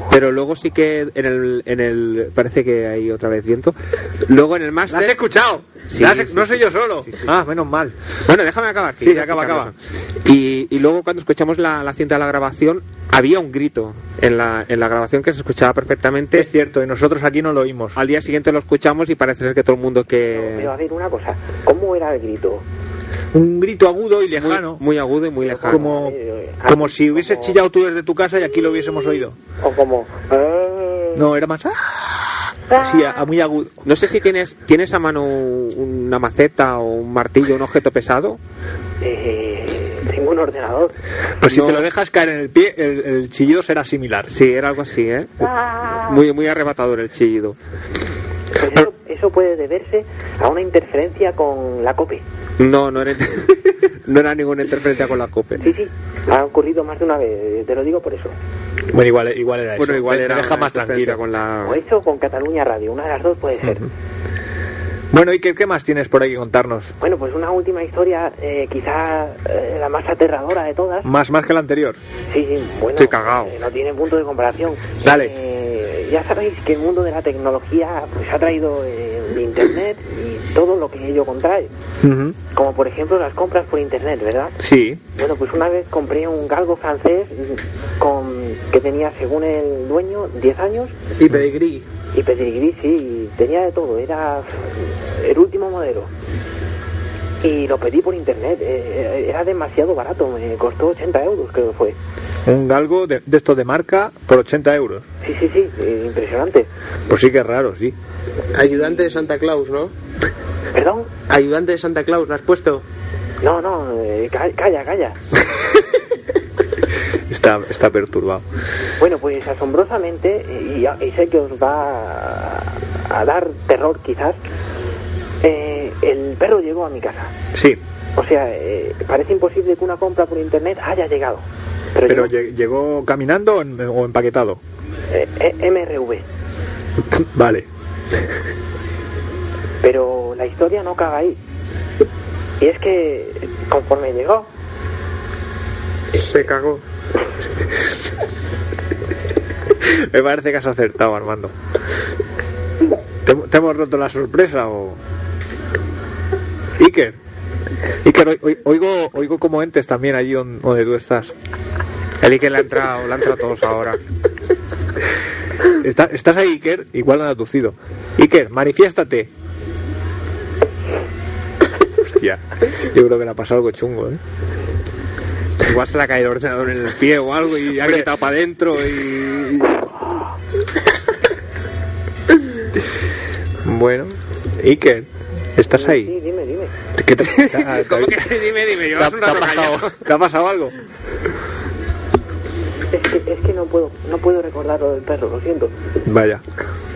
pero luego sí que en el... En el parece que hay otra vez viento. Luego en el ¿La has máster... escuchado? Sí, ¿La has- sí, no sí, soy sí, yo solo. sí, sí. Ah, menos mal. Bueno, déjame acabar. que Sí, ya acaba, escuchamos acaba. eso. Y, y luego cuando escuchamos la, la cinta de la grabación, había un grito en la, en la grabación que se escuchaba perfectamente. Es cierto, y nosotros aquí no lo oímos. Al día siguiente lo escuchamos y parece ser que todo el mundo Pero a que... ver, una cosa, ¿cómo era el grito? Un grito agudo y lejano. Muy, muy agudo y muy lejano. como, como si hubieses chillado tú desde tu casa y aquí lo hubiésemos oído. O como... "Ah". No, era más. ¡ah! Sí, a, a muy agudo. No sé si tienes, tienes a mano una maceta o un martillo, un objeto pesado. Eh, tengo un ordenador. Pues No. si te lo dejas caer en el pie, el, el chillido será similar. Sí, era algo así, ¿eh? Ah. Muy, muy arrebatador el chillido. Pues eso, eso puede deberse a una interferencia con la COPE. No, no era, no era ninguna interferencia con la cope. Sí, sí, ha ocurrido más de una vez, te lo digo por eso. Bueno, igual, igual era Bueno, eso. igual Te- te era deja una más interferencia tranquilo. con O la... eso o con Cataluña Radio, una de las dos puede ser. Bueno, ¿y qué, qué más tienes por ahí que contarnos? Bueno, pues una última historia, eh, quizá eh, la más aterradora de todas. Más, más que el anterior. Sí, sí, bueno. Estoy cagao. eh, no tiene punto de comparación. Dale. Eh, ya sabéis que el mundo de la tecnología pues ha traído eh, el internet y todo lo que ello contrae. Ujú. Como por ejemplo las compras por internet, ¿verdad? Sí. Bueno, pues una vez compré un galgo francés con que tenía, según el dueño, 10 años Y pedigrí. y pedigrí, sí, y tenía de todo, era el último modelo. Y lo pedí por internet, eh, era demasiado barato, me costó 80 euros creo que fue. Un galgo de, de estos de marca por 80 euros. Sí, sí, sí, eh, impresionante. Pues sí que es raro, sí. Ayudante de Santa Claus, ¿no? ¿Perdón? Ayudante de Santa Claus, ¿lo has puesto? No, no, eh, ca- calla, calla. Está, está perturbado. Bueno, pues asombrosamente, eh, y, y sé que os va a, a dar terror quizás, eh, el perro llegó a mi casa. Sí, O sea, eh, parece imposible que una compra por internet haya llegado. Pero, pero llegó. lle- llegó caminando o en- o empaquetado. Eh, eh, MRV. Vale. Pero la historia no caga ahí. Y es que conforme llegó, Se cagó. Me parece que has acertado, Armando. ¿Te, te hemos roto la sorpresa o...? Iker. Iker, oi- oi- oigo, oigo como entes también allí don- donde tú estás. El Ike le ha entrado, le ha entrado a todos ahora. Está- estás ahí, Iker, igual no aducido. Iker, manifiéstate. Hostia, yo creo que le ha pasado algo chungo, ¿eh? Igual se le ha caído el ordenador en el pie o algo y ha Hombre. gritado para adentro y... Bueno, Iker, ¿estás sí, ahí? dime, dime. ¿Qué te, te- te- ¿Cómo que sí? Dime, dime, te yo ha- un te ha rato callado. pasado, ¿Te ha pasado algo? Es que, es que no puedo, no puedo recordar lo del perro, lo siento. Vaya.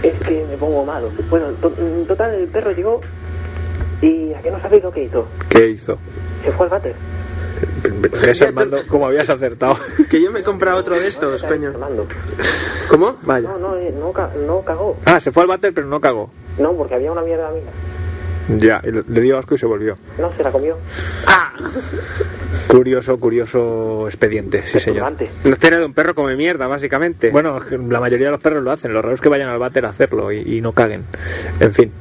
Es que me pongo malo. Bueno, to- en total el perro llegó y a que no sabéis lo que hizo. ¿Qué hizo? Se fue al váter. Ves, Armando, como habías acertado. Que yo me he comprado otro de estos, Está coño. enfermando. ¿Cómo? No, no, eh, no, ca- no cagó. Ah, se fue al váter pero no cagó. No, porque había una mierda mía. Ya, y le le dio asco y se volvió. No, se la comió. Curioso, curioso expediente, sí señor. Turbante. Nos tiene de un perro come mierda, Este. básicamente. Bueno, es que la mayoría de los perros lo hacen, los raros que vayan al váter a hacerlo y, y no caguen. En fin.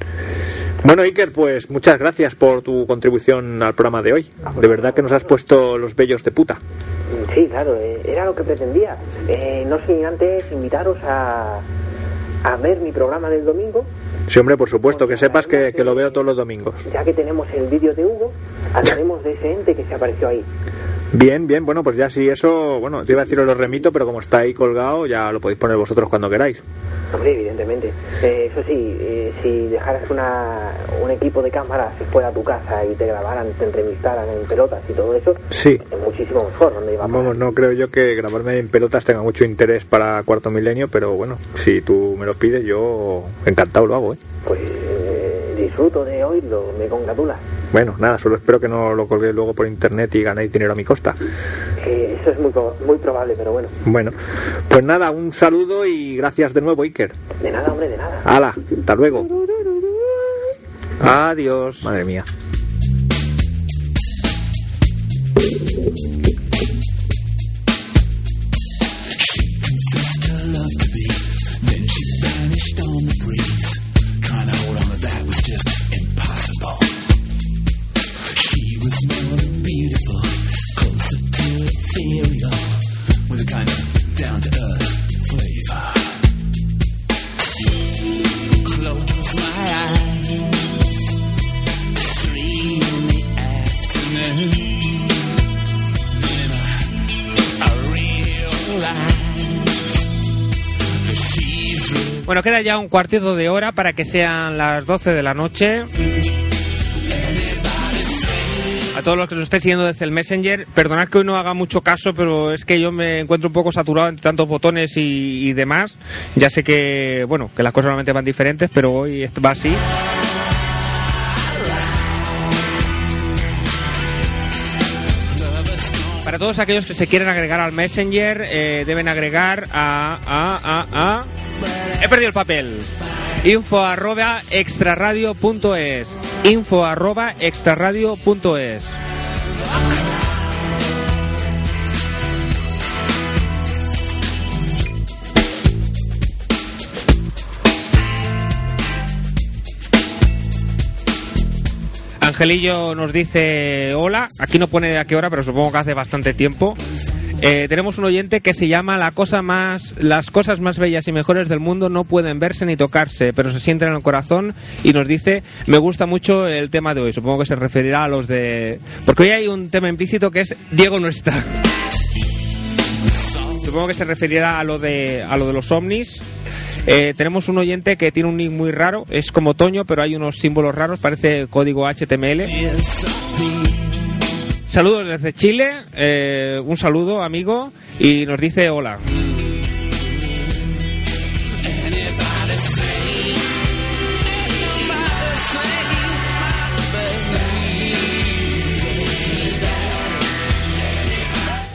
Bueno, Iker, pues muchas gracias por tu contribución al programa de hoy. De verdad que nos has puesto los bellos de puta. Sí, claro, eh, era lo que pretendía. Eh, no sin antes invitaros a, a ver mi programa del domingo, Sí, hombre, por supuesto, que sepas que, que lo veo todos los domingos. ya que tenemos el vídeo de Hugo, hablaremos de ese ente que se apareció ahí. Bien, bien, bueno, pues ya sí, eso, bueno, te iba a decir lo remito, pero como está ahí colgado, ya lo podéis poner vosotros cuando queráis. Hombre, evidentemente. Eh, eso sí, eh, si dejaras una, un equipo de cámaras si fuera a tu casa y te grabaran, te entrevistaran en pelotas y todo eso, Sí. es muchísimo mejor. ¿dónde iba a Vamos, parar? no creo yo que grabarme en pelotas tenga mucho interés para Cuarto Milenio, pero bueno, si tú me lo pides, yo encantado lo hago, ¿eh? Pues eh, disfruto de oírlo, me congratula. Bueno, nada, solo espero que no lo colguéis luego por internet y ganéis dinero a mi costa. Eh, eso es muy, pro- muy probable, pero bueno. Bueno, pues nada, un saludo y gracias de nuevo, Iker. De nada, hombre, de nada. Hala, hasta luego. Adiós. Madre mía. Bueno, queda ya un cuartito de hora para que sean las 12 de la noche. A todos los que nos estéis siguiendo desde el Messenger, perdonad que hoy no haga mucho caso, pero es que yo me encuentro un poco saturado entre tantos botones y, y demás. Ya sé que, bueno, que las cosas normalmente van diferentes, pero hoy esto va así. Para todos aquellos que se quieren agregar al Messenger, eh, deben agregar a, a, a, a... He perdido el papel. Info arroba extraradio.es. Info arroba extraradio.es. Angelillo nos dice hola, aquí no pone a qué hora, pero supongo que hace bastante tiempo. Eh, tenemos un oyente que se llama la cosa más, las cosas más bellas y mejores del mundo no pueden verse ni tocarse, pero se sienten en el corazón y nos dice me gusta mucho el tema de hoy. Supongo que se referirá a los de porque hoy hay un tema implícito que es Diego no está. Supongo que se referirá a lo de a lo de los ovnis. Eh, tenemos un oyente que tiene un nick muy raro, es como Toño, pero hay unos símbolos raros, parece código HTML. Saludos desde Chile, eh, un saludo amigo y nos dice hola.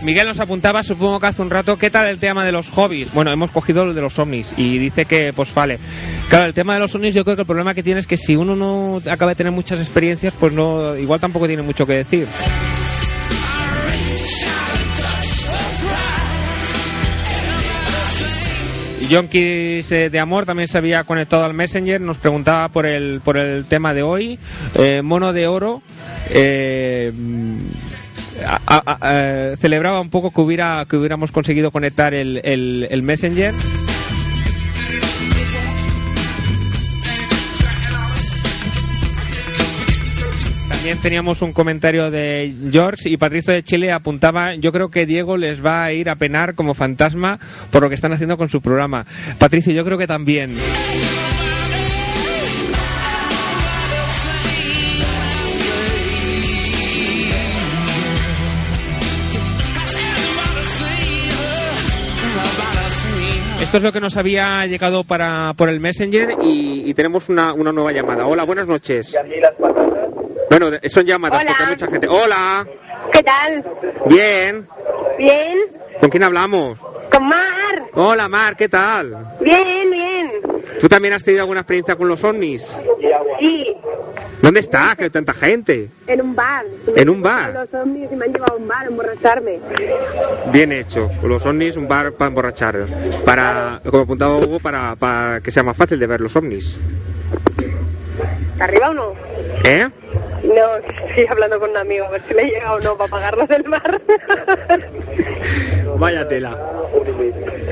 Miguel nos apuntaba, supongo que hace un rato, ¿qué tal el tema de los hobbies? Bueno, hemos cogido el de los ovnis y dice que, pues vale. Claro, el tema de los ovnis yo creo que el problema que tiene es que si uno no acaba de tener muchas experiencias, pues no, igual tampoco tiene mucho que decir. Yonkis eh, de Amor también se había conectado al Messenger, nos preguntaba por el, por el tema de hoy. Eh, Mono de Oro eh, a- a- a- eh, celebraba un poco que, hubiera, que hubiéramos conseguido conectar el, el- el Messenger. También teníamos un comentario de George y Patricio de Chile apuntaba, yo creo que Diego les va a ir a penar como fantasma por lo que están haciendo con su programa. Patricio, yo creo que también. Esto es lo que nos había llegado para por el Messenger Y, y tenemos una, una nueva llamada. Hola, buenas noches. Bueno, de- son llamadas Hola. porque hay mucha gente. Hola, ¿Qué tal? bien. ¿Bien? ¿Con quién hablamos? ¿Con Mar? Hola, Mar, ¿qué tal? Bien, bien. ¿Tú también has tenido alguna experiencia con los ovnis? Sí, ¿Dónde estás? Que hay tanta gente. en un bar. ¿En un bar? Los zombies y me han llevado a un bar a emborracharme. Bien hecho. Los ovnis, un bar para emborrachar. Para, como apuntaba Hugo, para, para que sea más fácil de ver los ovnis. ¿Arriba o no? ¿Eh? No, estoy hablando con un amigo, a ver si le llega o no para pagarlos del bar. Vaya tela.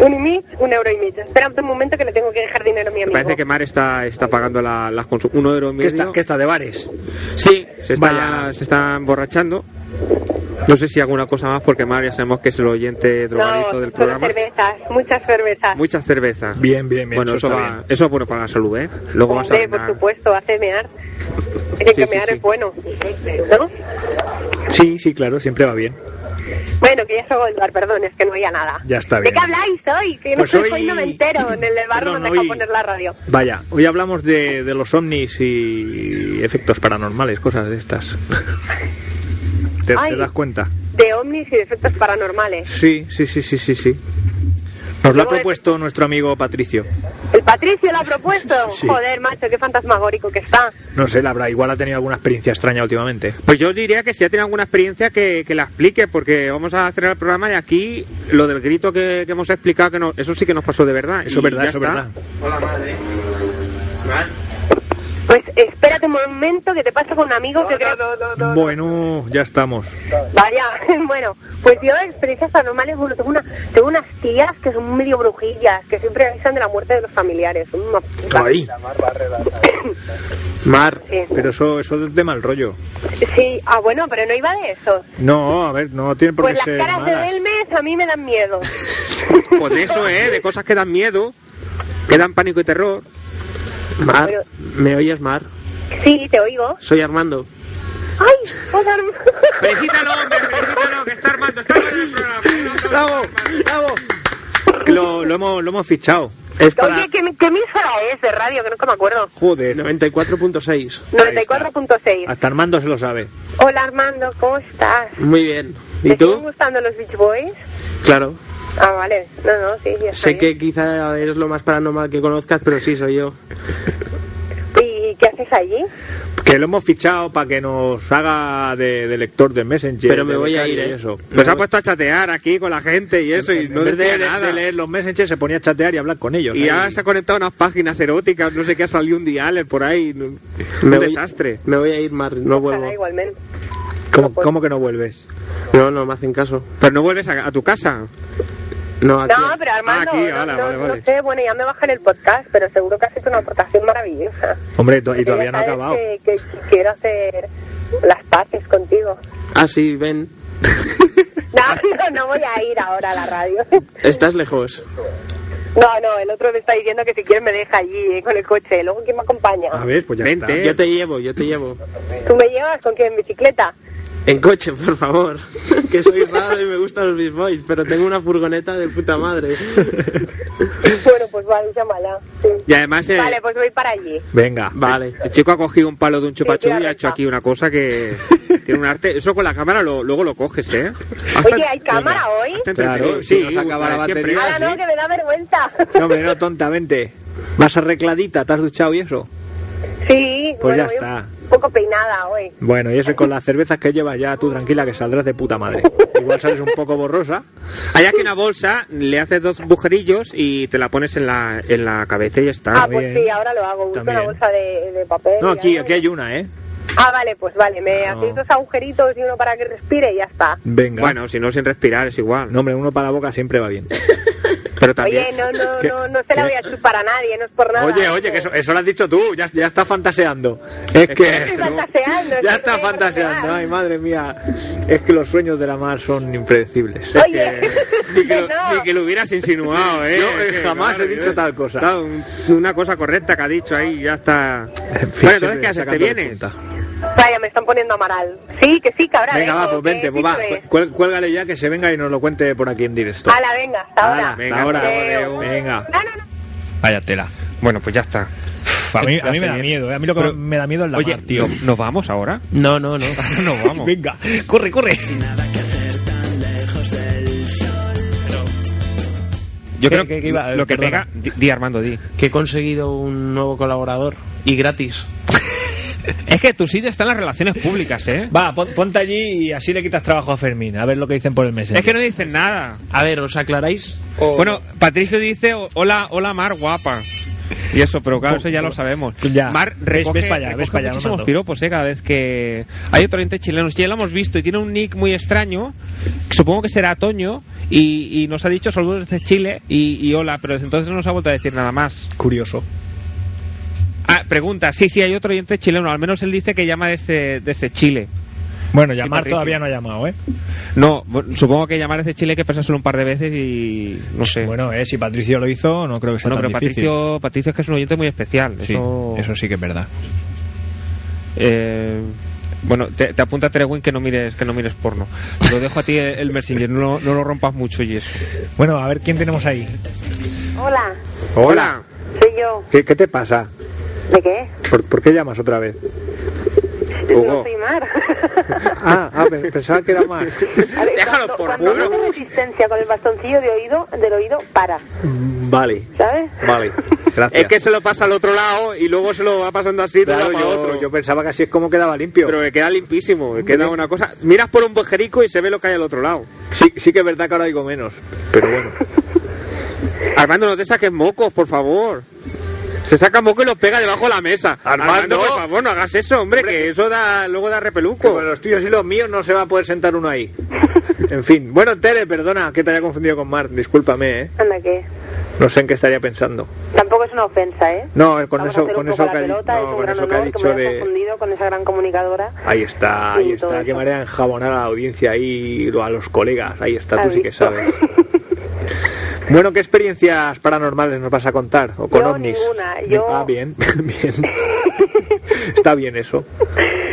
un y mig, un euro y medio. Espera un momento que le tengo que dejar dinero a mi Me amigo. parece que Mar está, está pagando la- las consu- un euro y ¿Qué medio. está, qué está de bares? Sí, se está, Vaya. se está emborrachando. No sé si alguna cosa más, porque Mar ya sabemos que es el oyente drogadito no, del solo programa. cervezas, muchas cervezas. Mucha cerveza. Bien, bien, bien. Bueno, eso, eso está va- bien. eso es bueno para la salud, ¿eh? Luego vas a Hombre, por cenar. supuesto, hace mear. Es Sí, que sí, mear sí. es bueno. ¿No? Sí, sí, claro, siempre va bien. Bueno, que ya salgo del bar, perdón, es que no oía nada. Ya está ¿De bien. qué habláis hoy? Que yo no Pues soy, hoy- soy noventero, en el del bar Perdón, no me deja hoy- poner la radio. Vaya, hoy hablamos de, de los ovnis y efectos paranormales, cosas de estas. ¿Te, te Ay. das cuenta? De ovnis y de efectos paranormales. Sí, sí, sí, sí, sí, sí. Nos lo ha Luego- propuesto nuestro amigo Patricio. ¿El Patricio lo ha propuesto? Sí. Joder, macho, qué fantasmagórico que está. No sé, la habrá, igual ha tenido alguna experiencia extraña últimamente. Pues yo diría que si ya tiene alguna experiencia que, que la explique, porque vamos a hacer el programa y aquí lo del grito que, que hemos explicado, que no, eso sí que nos pasó de verdad. Eso Y es verdad, ya eso es está. verdad. Pues espérate un momento que te paso con un amigo que creo... Bueno, ya estamos. Vaya, bueno, pues yo experiencias paranormales, bueno, tengo, una, tengo unas tías que son medio brujillas, que siempre avisan de la muerte de los familiares. Son una puta. Ahí. Mar, Sí. Pero eso, eso es de mal rollo. sí, ah, bueno, pero no iba de eso. No, a ver, no tiene por Pues qué las ser caras de malas. Belmes a mí me dan miedo. pues de eso, ¿eh? De cosas que dan miedo, que dan pánico y terror. Mar, Pero- ¿me oyes, Mar? Sí, te oigo. Soy Armando. ¡Ay! joder. Felicítalo, hombre, felicítalo, que está armando, está armando el programa. ¡Bravo! ¡Bravo! Que Lo, lo hemos, lo hemos fichado. Es para Oye, ¿qué, ¿qué emisora es de radio? Que nunca me acuerdo. Joder. 94.6. Ahí está. 94.6. Hasta Armando se lo sabe. Hola Armando, ¿cómo estás? Muy bien. ¿Te ¿Y siguen tú? gustando los Beach Boys? Claro. Ah, vale. No, no, sí, sí. está Sé bien. que quizá eres lo más paranormal que conozcas, pero sí soy yo. ¿Y qué haces allí? Que lo hemos fichado para que nos haga de, de lector de Messenger. Pero me de voy a becario ir, y ¿eh? Eso. Me Pues ha voy. puesto a chatear aquí con la gente y eso, y En no vez decía de, nada. de leer los Messenger se ponía a chatear y hablar con ellos. Y ahí. ahora se ha conectado a unas páginas eróticas, no sé qué ha salido un dial por ahí. no- Un Me voy- desastre. Me voy a ir, Mar, no Ojalá, vuelvo. igualmente. ¿Cómo, pues- cómo que no vuelves? No, no me hacen caso. Pero no vuelves a, a tu casa. No, aquí. No, pero Armando, aquí, no, ala, no- vale, no vale. sé, bueno, ya me bajan el podcast, pero seguro que has hecho una aportación maravillosa. Hombre, to- y todavía Ya no ha sabes acabado. Que, que quiero hacer las paces contigo. Ah, sí, ven. No, no, no voy a ir ahora a la radio. Estás lejos. No, no, el otro me está diciendo que si quieres me deja allí eh, con el coche. Luego, ¿quién me acompaña? A ver, pues ya Vente. Yo te llevo, yo te llevo. ¿Tú me llevas con quién? ¿En bicicleta? En coche, por favor. Que soy raro y me gustan los Beach Boys, pero tengo una furgoneta de puta madre. Bueno, pues vale, llámala. Sí. Y además eh, Vale, pues voy para allí. está. Venga. Vale. el chico ha cogido un palo de un chupachú Sí, y tira ha recta. hecho aquí una cosa que tiene un arte. Eso con la cámara lo- luego lo coges, ¿eh? Oye, ¿hay cámara hoy? Hasta Claro, entretenimiento. si sí, nos acaba la siempre batería, iba Ahora no, así. que me da vergüenza. No, hombre, no, tonta, vente. Vas arregladita, te has duchado y eso. Sí, Pues bueno, ya voy está. Un poco peinada hoy. Bueno, y eso y con las cervezas que llevas ya, tú tranquila que saldrás de puta madre. Igual sales un poco borrosa. Hay aquí una bolsa, le haces dos bujerillos y te la pones en la, en la cabeza y ya está. Ah, Está pues bien. sí, ahora lo hago. Busco También. una bolsa de, de papel. No, y aquí, algo aquí y- hay una, ¿eh? Ah, vale, pues vale. Me No. hacéis dos agujeritos y uno para que respire y ya está. Venga. Bueno, si no, sin respirar es igual. No, hombre, uno para la boca siempre va bien. Pero también. Oye, no, no, ¿Qué? no, no se la voy a chupar a nadie, no es por nada. Oye, oye, que eso, eso lo has dicho tú, ya, ya está fantaseando. Es que... Estoy fantaseando. Ya estoy está fantaseando, ay madre mía. Es que los sueños de la mar son impredecibles. ¿eh? Oye, que Ni que, lo, no. ni que lo hubieras insinuado, ¿eh? Yo, eh, Que, jamás claro, he dicho eh, tal cosa. está un- una cosa correcta que ha dicho ahí, ya está. En fin, bueno, entonces, siempre ¿qué haces? ¿Te sacando de vienes? punta. Vaya, me están poniendo amaral. Sí, que sí, cabrón. Venga, va, pues eh, vente, pues va. cuel- Cuélgale ya que se venga y nos lo cuente por aquí en directo. Hala, venga, hasta ahora. Hala, Venga, hasta ahora. adeu. Venga. No, no, no. Vaya tela. Bueno, pues ya está. Uf, A mí, a mí me da miedo, ¿eh? A mí lo que Pero- me da miedo es la Oye, mar. tío, ¿nos vamos ahora? No, no, no. Nos vamos. Venga, corre, corre. Yo ¿Qué- creo qué- qué iba? lo que Perdona. pega... Di, di, Armando, di. Que he conseguido un nuevo colaborador y gratis. Es que tu sitio está en las relaciones públicas, ¿eh? Va, pon- ponte allí y así le quitas trabajo a Fermín. A ver lo que dicen por el mes. Es que no dicen nada. A ver, ¿os aclaráis? O- Bueno, Patricio dice, hola, hola Mar, guapa. Y eso, pero claro, eso ya lo sabemos. Ya. Mar Ves- recoge, ves para allá, recoge ves para allá, muchísimos Armando. piropos, eh, cada vez que... Hay otro ente chileno, ya lo hemos visto, y tiene un nick muy extraño, que supongo que será Toño, y, y nos ha dicho saludos desde Chile y, y hola, pero desde entonces no nos ha vuelto a decir nada más. Curioso. Ah, pregunta, sí, sí, hay otro oyente chileno, al menos él dice que llama desde, desde Chile. Bueno, llamar Patricio. todavía no ha llamado, ¿eh? No, bu- supongo que llamar desde Chile hay que pasa solo un par de veces y no sé. Bueno, Bueno, eh, si Patricio lo hizo, no creo que sea tan pero difícil. Patricio, Patricio es que es un oyente muy especial. Sí, eso... eso sí que es verdad. Eh, bueno, te, te apunta Terewin que no mires que no mires porno. Lo dejo a ti eh, el, el messenger, no, no lo rompas mucho y eso. Bueno, a ver quién tenemos ahí. Hola, Hola. soy yo. ¿Qué, qué te pasa? ¿De qué? ¿Por, por qué llamas otra vez? No soy Mar. Ah, ah, pe- pensaba que era Mar. A ver, Déjalo cuando- por Cuando favor. hago resistencia con el bastoncillo de oído, del oído, para, Mm, Vale, ¿sabes? vale. Gracias. Es que se lo pasa al otro lado y luego se lo va pasando así de un Claro, lado para yo, otro. yo pensaba que así es como quedaba limpio. Pero me queda limpísimo, me queda una cosa. Miras por un bujerico y se ve lo que hay al otro lado. sí, sí que es verdad que ahora digo menos. Pero bueno. Armando, no te saques mocos, por favor. Se saca moco y lo pega debajo de la mesa. Armando. por favor, no hagas eso, hombre, Hombre, que eso da, luego da que repeluco. Con los tuyos y los míos no se va a poder sentar uno ahí. En fin. Bueno, Tere, perdona que te haya confundido con Mar. Discúlpame, ¿eh? Anda, que No sé en qué estaría pensando. tampoco es una ofensa, ¿eh? No, eh, con Vamos a eso, hacer un con poco eso la que ha, di- pelota, es no, un con gran eso que ha honor dicho me hayas de... confundido con esa gran comunicadora. Ahí está, ahí Y todo está. Qué eso. manera de enjabonar a la audiencia ahí, o a los colegas. Ahí está, tú ¿Has sí que visto? sabes. Bueno, ¿qué experiencias paranormales nos vas a contar? ¿O con Yo ovnis? ninguna, yo- Ah, bien, bien. Está bien eso.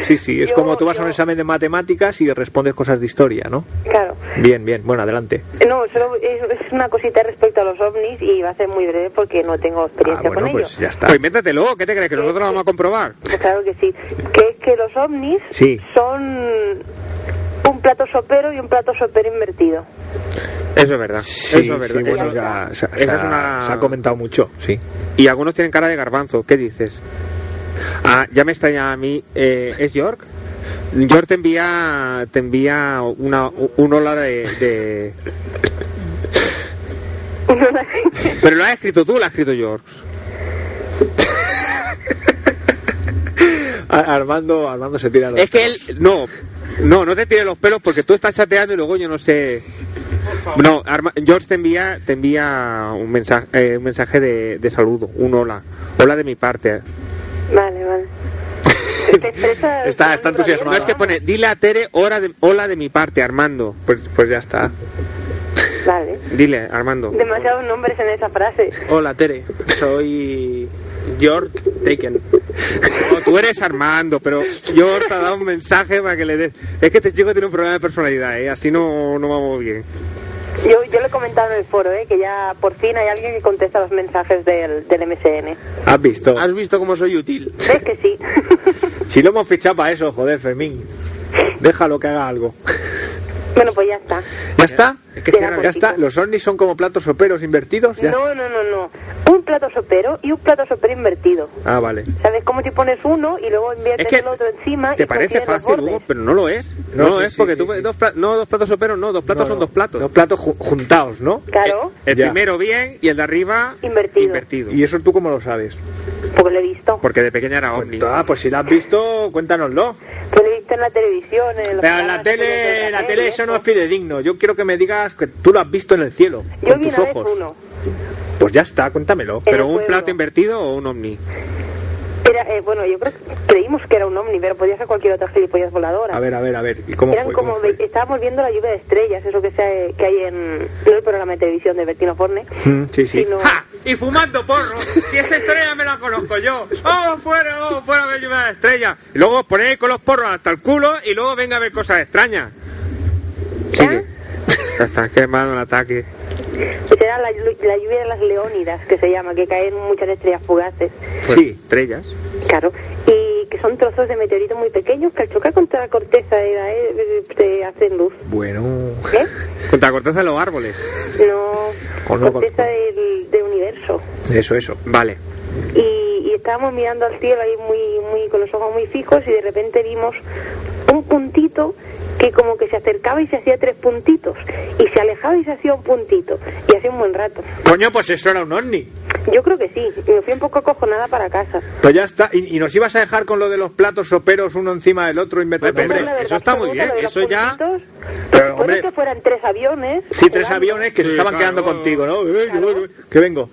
Sí, sí, es Yo- como tú vas a un yo- examen de matemáticas y respondes cosas de historia, ¿no? Claro. Bien, bien, bueno, adelante. No, solo es, es una cosita respecto a los ovnis y va a ser muy breve porque no tengo Ah, experiencia bueno, con pues ellos. ya está. Pues invéntatelo, ¿qué te crees? Que nosotros lo vamos a comprobar. Pues claro que sí. Que es que los ovnis Sí. son un plato sopero y un plato sopero invertido. Eso es verdad. Sí, eso es verdad. sí, bueno, Eso- ya se, esa se es una- ha- se ha comentado mucho, sí. Y algunos tienen cara de garbanzo. ¿Qué dices? Ah, ya me extraña a mí. eh, ¿Es York? York te envía, te envía una, un hola de, de- Pero lo has escrito tú, o lo has escrito York. A- Armando, Armando se tira los... Es que él, no, no, no te tires los pelos porque tú estás chateando y luego yo no sé. No, Arma- George te envía, te envía un mensaje, eh, un mensaje de, de saludo, un hola, hola de mi parte. Vale, vale. Te expresa- Está- está entusiasmado. No es que pone, dile a Tere hora de, hola de mi parte, Armando. Pues, pues ya está. Vale. Dile, Armando. Demasiados nombres en esa frase. Hola, Tere. Soy George Taken. No, tú eres Armando, pero George te ha dado un mensaje para que le des. Es que este chico tiene un problema de personalidad, ¿eh? así no, no vamos bien. Yo, yo lo he comentado en el foro, ¿eh? que ya por fin hay alguien que contesta los mensajes del, del MSN. ¿Has visto? ¿Has visto cómo soy útil? ¿Ves que sí? Si lo hemos fichado para eso, joder, Fermín. Déjalo que haga algo. bueno, pues ya está. ¿Ya está? que cierra ya el está. pico. Los ovnis son como platos soperos invertidos. ¿Ya? No, no, no, no. Un plato sopero y un plato sopero invertido. Ah, vale. ¿Sabes cómo te pones uno y luego inviertes Es que el otro encima? y Te parece coinciden los fácil, bordes? Hugo, pero no lo es. No, No, lo sí, es sí, porque sí, tú sí. dos pla- no dos platos soperos, no dos platos No, son no. dos platos. Dos platos ju- juntados, ¿no? Claro, El Ya. primero bien y el de arriba Invertido. ¿Y eso tú cómo lo sabes? porque lo he visto. Porque de pequeña era ovni. Ah, pues si lo has visto, cuéntanoslo. Pues lo he visto en la televisión. En los Pero en programas la que ves tele, de en la tele eso no es eso. fidedigno. Yo quiero que me digas que tú lo has visto en el cielo, Yo con vi tus una vez ojos. uno. Pues ya está, cuéntamelo. En el ¿Pero un pueblo. plato invertido o un ovni? Era, eh, bueno, yo creo que creímos que era un ovni, pero podía ser cualquier otra gilipollas voladora. A ver, a ver, a ver. ¿Y cómo Eran fue? como ¿Cómo fue? ve- estábamos viendo la lluvia de estrellas, eso que, se, que hay en no el programa de televisión de Bertino Forne, Mm, sí, sí. sino ¡Ja! Y fumando porro. Si esa historia ya me la conozco yo. ¡Oh, fuera, oh, fuera, me lleva la estrella! Y luego os ponéis con los porros hasta el culo y luego venga a ver cosas extrañas. Sigue. Estás quemado el ataque. pues era la, llu- la lluvia de las leónidas que se llama, que caen muchas estrellas fugaces, sí. Estrellas. claro, y que son trozos de meteorito muy pequeños que al chocar contra la corteza de la- eh, te hacen luz. Bueno, ¿Eh? Contra corteza de los árboles. No, O no, corteza con- del, del universo. eso, eso. Vale. y, y estábamos mirando al cielo ahí muy, muy con los ojos muy fijos y de repente vimos un puntito que como que se acercaba y se hacía tres puntitos y se alejaba y se hacía un puntito y hacía un buen rato. Coño, pues eso era un ovni. Yo creo que sí, y me fui un poco acojonada para casa. Pues ya está. ¿Y, y nos ibas a dejar con lo de los platos soperos uno encima del otro invertido? Hombre, Pero la verdad eso está muy absoluta, bien, lo de los eso ya- puntitos, Pero, se supone hombre- que fueran tres aviones. Sí, tres volando. aviones que se Sí, estaban claro. quedando contigo, ¿no? Eh, que Claro. voy, que voy, que vengo.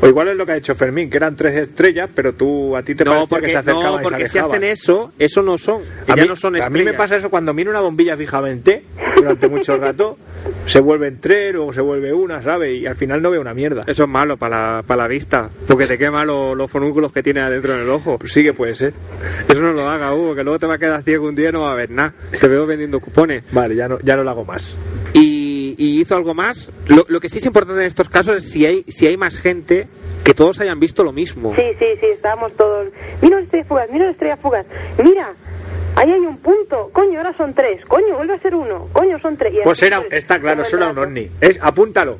O igual es lo que ha hecho Fermín, que eran tres estrellas, pero tú a ti te No, parecía porque, que se acercaban no, porque y se si hacen alejaban. eso, eso no son. A ya mí, no son a mí me estrellas. pasa eso cuando miro una bombilla fijamente durante mucho rato, se vuelven tres, luego se vuelve una, ¿sabes? Y al final no veo una mierda. Eso es malo para la, para la vista, porque te quema lo- los forúnculos que tiene adentro en el ojo. Pues sí que puede ser. Eso no lo haga, Hugo, que luego te va a quedar ciego un día y no va a ver nada. Te veo vendiendo cupones. Vale, ya no, ya no lo hago más. Y, y hizo algo más. Lo, lo que sí es importante en estos casos es si hay, si hay más gente que todos hayan visto lo mismo. Sí, sí, sí, estábamos todos. Mira una estrella fugaz, mira una estrella fugaz. Mira, ahí hay un punto. Coño, ahora son tres. Coño, vuelve a ser uno. Coño, son tres. Y Pues así era, fue. está claro, Como eso el era un rato. ovni. Es, apúntalo.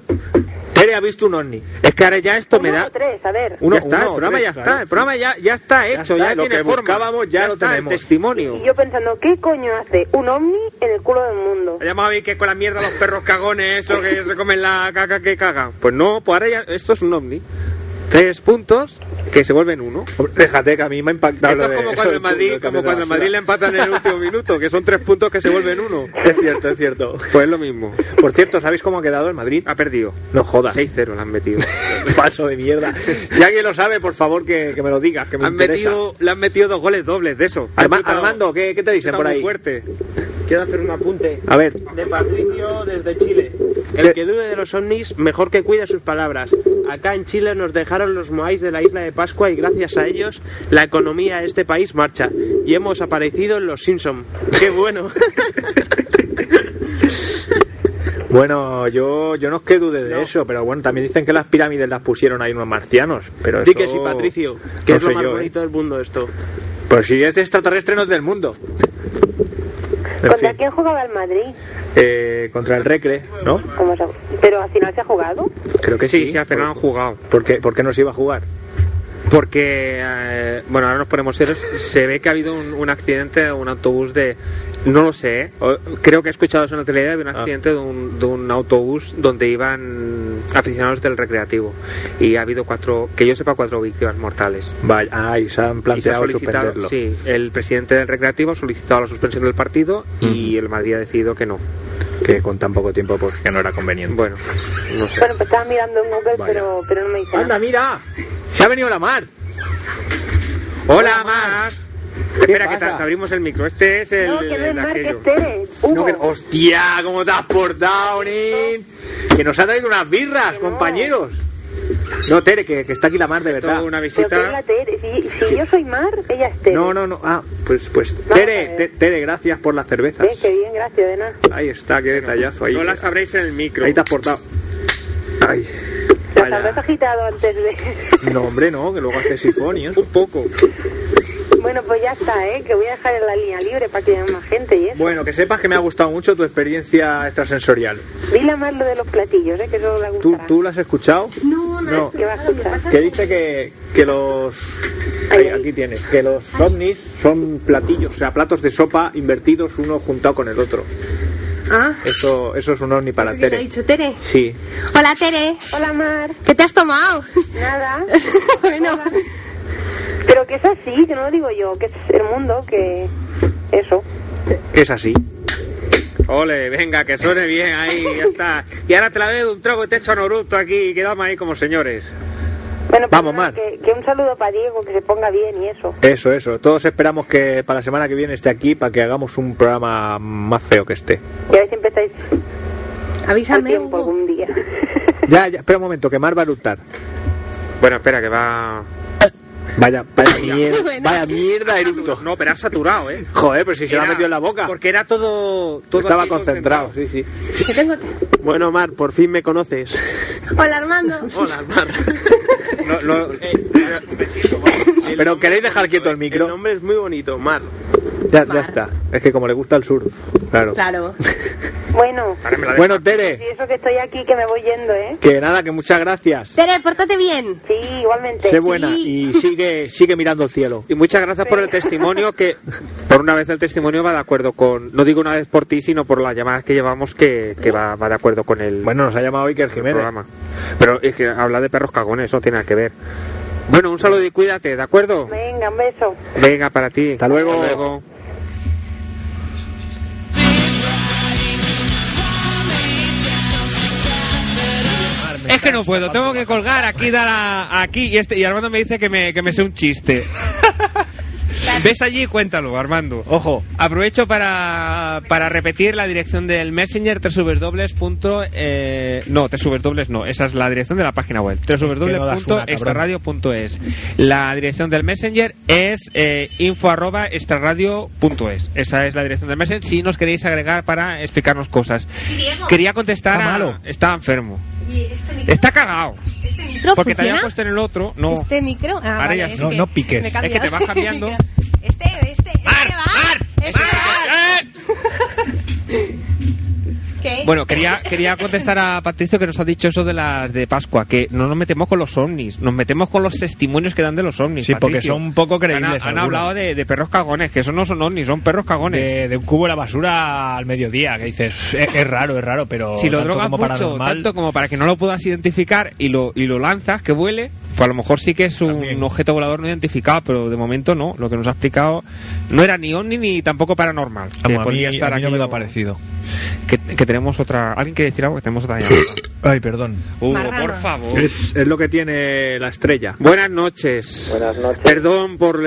Tere ha visto un ovni. Es que ahora ya esto me Uno da... o tres, a ver. Uno, Ya ya está, está, uno o el programa tres, ya claro. está, el programa ya, ya está hecho, está, ya, lo tiene que forma. buscábamos ya lo está, tenemos. el testimonio. Y yo pensando, ¿qué coño hace un ovni en el culo del mundo? Ya vamos a ver que con la mierda los perros cagones, eso que se comen la caca que cagan. Pues no, pues ahora ya, esto es un ovni. Tres puntos que se vuelven uno. Hombre, Déjate que a mí me ha impactado esto lo de- es como eso cuando de el tú, Madrid, del como camión de cuando el basura. Madrid le empatan en el último minuto, que son tres puntos que se vuelven uno. Es cierto, es cierto. Pues es lo mismo. Por cierto, ¿sabéis cómo ha quedado el Madrid? Ha perdido. No jodas. 6-0 le han metido. Paso de mierda. Si alguien lo sabe, por favor, que, que me lo digas, que me han interesa. metido, le han metido dos goles dobles de eso. Arma- Está- Armando, ¿qué, qué te dicen está por muy ahí? fuerte. Quiero hacer un apunte. A ver, De Patricio desde Chile. El que dude de los ovnis, mejor que cuide sus palabras. Acá en Chile nos dejaron los moáis de la isla de Pascua y gracias a ellos la economía de este país marcha. Y hemos aparecido en los Simpson. ¡Qué bueno! bueno, yo, yo no es que dude de No. eso, pero bueno, también dicen que las pirámides las pusieron ahí unos marcianos. Pero Di eso- que sí, Patricio, que Oh. no es lo sé más yo, ¿eh? bonito del mundo esto. Pues si es extraterrestre, no es del mundo. ¿Contra fin. quién jugaba el Madrid? Eh, contra el Recre, ¿no? ¿Cómo se ha- Pero al final se ha jugado. Creo que sí. sí, sí, al final han jugado. ¿Por qué, por qué no se iba a jugar? Porque, eh, bueno, ahora nos ponemos serios. Se ve que ha habido un, un accidente de un autobús de. No lo sé, ¿eh? O- creo que he escuchado eso en la tele. Había un accidente de, un, de un autobús donde iban aficionados del recreativo. Y ha habido cuatro, que yo sepa, cuatro víctimas mortales. Vaya, ah, y se han Y se ha planteado solicitado, suspenderlo. sí, el presidente del recreativo ha solicitado la suspensión del partido y el Madrid ha decidido que no. Que con tan poco tiempo, pues que no era conveniente. Bueno, no sé. Bueno, pues estaba mirando en Google, Vaya. pero, pero no me dice nada. ¡Anda, mira! ¡Se ha venido la mar! Hola, Mar. Espera, que te, pasa? te abrimos el micro. Este es el. No, que no el es Mar, que aquello. es Tere. No, Hugo. que- ¡Hostia! ¿Cómo te has portado, Nin? Que nos ha traído unas birras, Que no. compañeros. No, Tere, que, que está aquí la mar de verdad. Tuvo una Pero que es visita. la Tere. Si, si yo soy Mar, ella es Tere. No, no, no. Ah, pues, pues. a eh. Tere, ver. Te- Tere, gracias por las cervezas. ¿Ves? Qué bien, gracias, de nada. Ahí está, qué detallazo ahí. No la sabréis en el micro. Ahí te has portado. Ay. Las vaya. habrás agitado antes de... No, hombre, no, que luego hace sifonios. Un poco. bueno, pues ya está, ¿eh? Que voy a dejar en la línea libre para que llame más gente y eso. Bueno, que sepas que me ha gustado mucho tu experiencia extrasensorial. Dile a Mar lo de los platillos, ¿eh? Que eso le ¿Tú, gustará. ¿Tú la has escuchado? No, No. no, ¿Qué va a escuchar? Que dice que, que los... ahí, aquí tienes. Que los ovnis son platillos, o sea, platos de sopa invertidos uno juntado con el otro. Ah, Eso, eso es un ovni para ¿sí que lo ha Tere. dicho Tere. Sí. Hola, Tere. Hola, Mar. ¿Qué te has tomado? Nada. bueno, Pero que es así, que no lo digo yo. Que es el mundo, que... Eso. Es así. Ole, venga, que suene bien ahí, ya está. Y ahora te la veo de un trago y te echo Naruto aquí y quedamos ahí como señores. Bueno, pues Vamos, nada, Mar. Que, que un saludo para Diego, que se ponga bien y eso. Eso, eso. Todos esperamos que para la semana que viene esté aquí para que hagamos un programa más feo que este. Y a ver si empezáis el avísame. tiempo Hugo. algún día. Ya, ya, espera un momento, que Mar va a eructar. Bueno, espera, que va. Vaya, vaya mierda, Bueno. vaya mierda eructo. No, pero ha saturado, ¿eh? Joder, pero si se lo ha Era- metido en la boca. Porque era todo. todo Estaba aquí concentrado, sí, sí. Que tengo... Bueno, Mar, por fin me conoces. Hola, Armando. Hola, Mar. No, no, Pero queréis dejar quieto el El micro. nombre es muy bonito, Mar. Ya, ya Mar. está. Es que como le gusta el sur. Claro. Claro. Bueno, ahora me la dejo. Bueno, y Tere, eso que estoy aquí, que me voy yendo, ¿eh? que nada, que muchas gracias. Tere, pórtate bien. Sí, igualmente. Sé buena y sigue, sigue mirando el cielo. Y muchas gracias por el testimonio, que por una vez el testimonio va de acuerdo con, no digo una vez por ti, sino por las llamadas que llevamos que, que va, va de acuerdo con el, Bueno, nos ha llamado Iker el Jiménez. programa. Pero es que habla de perros cagones, no tiene nada que ver. Bueno, un saludo y cuídate, ¿de acuerdo? Venga, un beso. Venga, para ti. Hasta luego. Es que no puedo, tengo que colgar aquí, dar a- aquí y, este, y Armando me dice que me, que me sé un chiste. ¿Ves allí? y Cuéntalo, Armando. Ojo, Aprovecho para, para repetir la dirección del Messenger, www. Eh, no, www no, esa es la dirección de la página web. www.extraradio.es. La dirección del Messenger es eh, info arroba extraradio.es. Esa es la dirección del Messenger si nos queréis agregar para explicarnos cosas. Diego. Quería contestar Está a- malo. Está enfermo. ¿Y este micro, Está cagao. este micro Porque te funciona? había puesto en el otro. No. Este micro. Ah, Ahora vale, ya es sí. No, que no piques. me he cambiado. Es que te vas cambiando. este, este, este ¡Mar! va. ¡Mar! este va. ¡Mar! ¡Eh! ¿Qué? Bueno, quería, quería contestar a Patricio que nos ha dicho eso de las de Pascua, que no nos metemos con los ovnis, nos metemos con los testimonios que dan de los ovnis. Sí, porque Patricio. son un poco creíbles Han, han algunos. hablado de, de perros cagones, que eso no son ovnis, son perros cagones. de, de un cubo de la basura al mediodía, que dices, es, es raro, es raro, pero si lo tanto drogas como mucho, paranormal, tanto como para que no lo puedas identificar y lo, y lo lanzas, que vuele, pues a lo mejor sí que es un También. objeto volador no identificado, pero de momento no. Lo que nos ha explicado no era ni ovni ni tampoco paranormal. que vamos, a mí, podría estar a mí no aquí me lo o- ha parecido. Que, que tenemos otra. ¿Alguien quiere decir algo? Que tenemos otra llamada. Ay, perdón. Hugo, Marrano. por favor. Es, es lo que tiene la estrella. Buenas noches. Buenas noches. Perdón por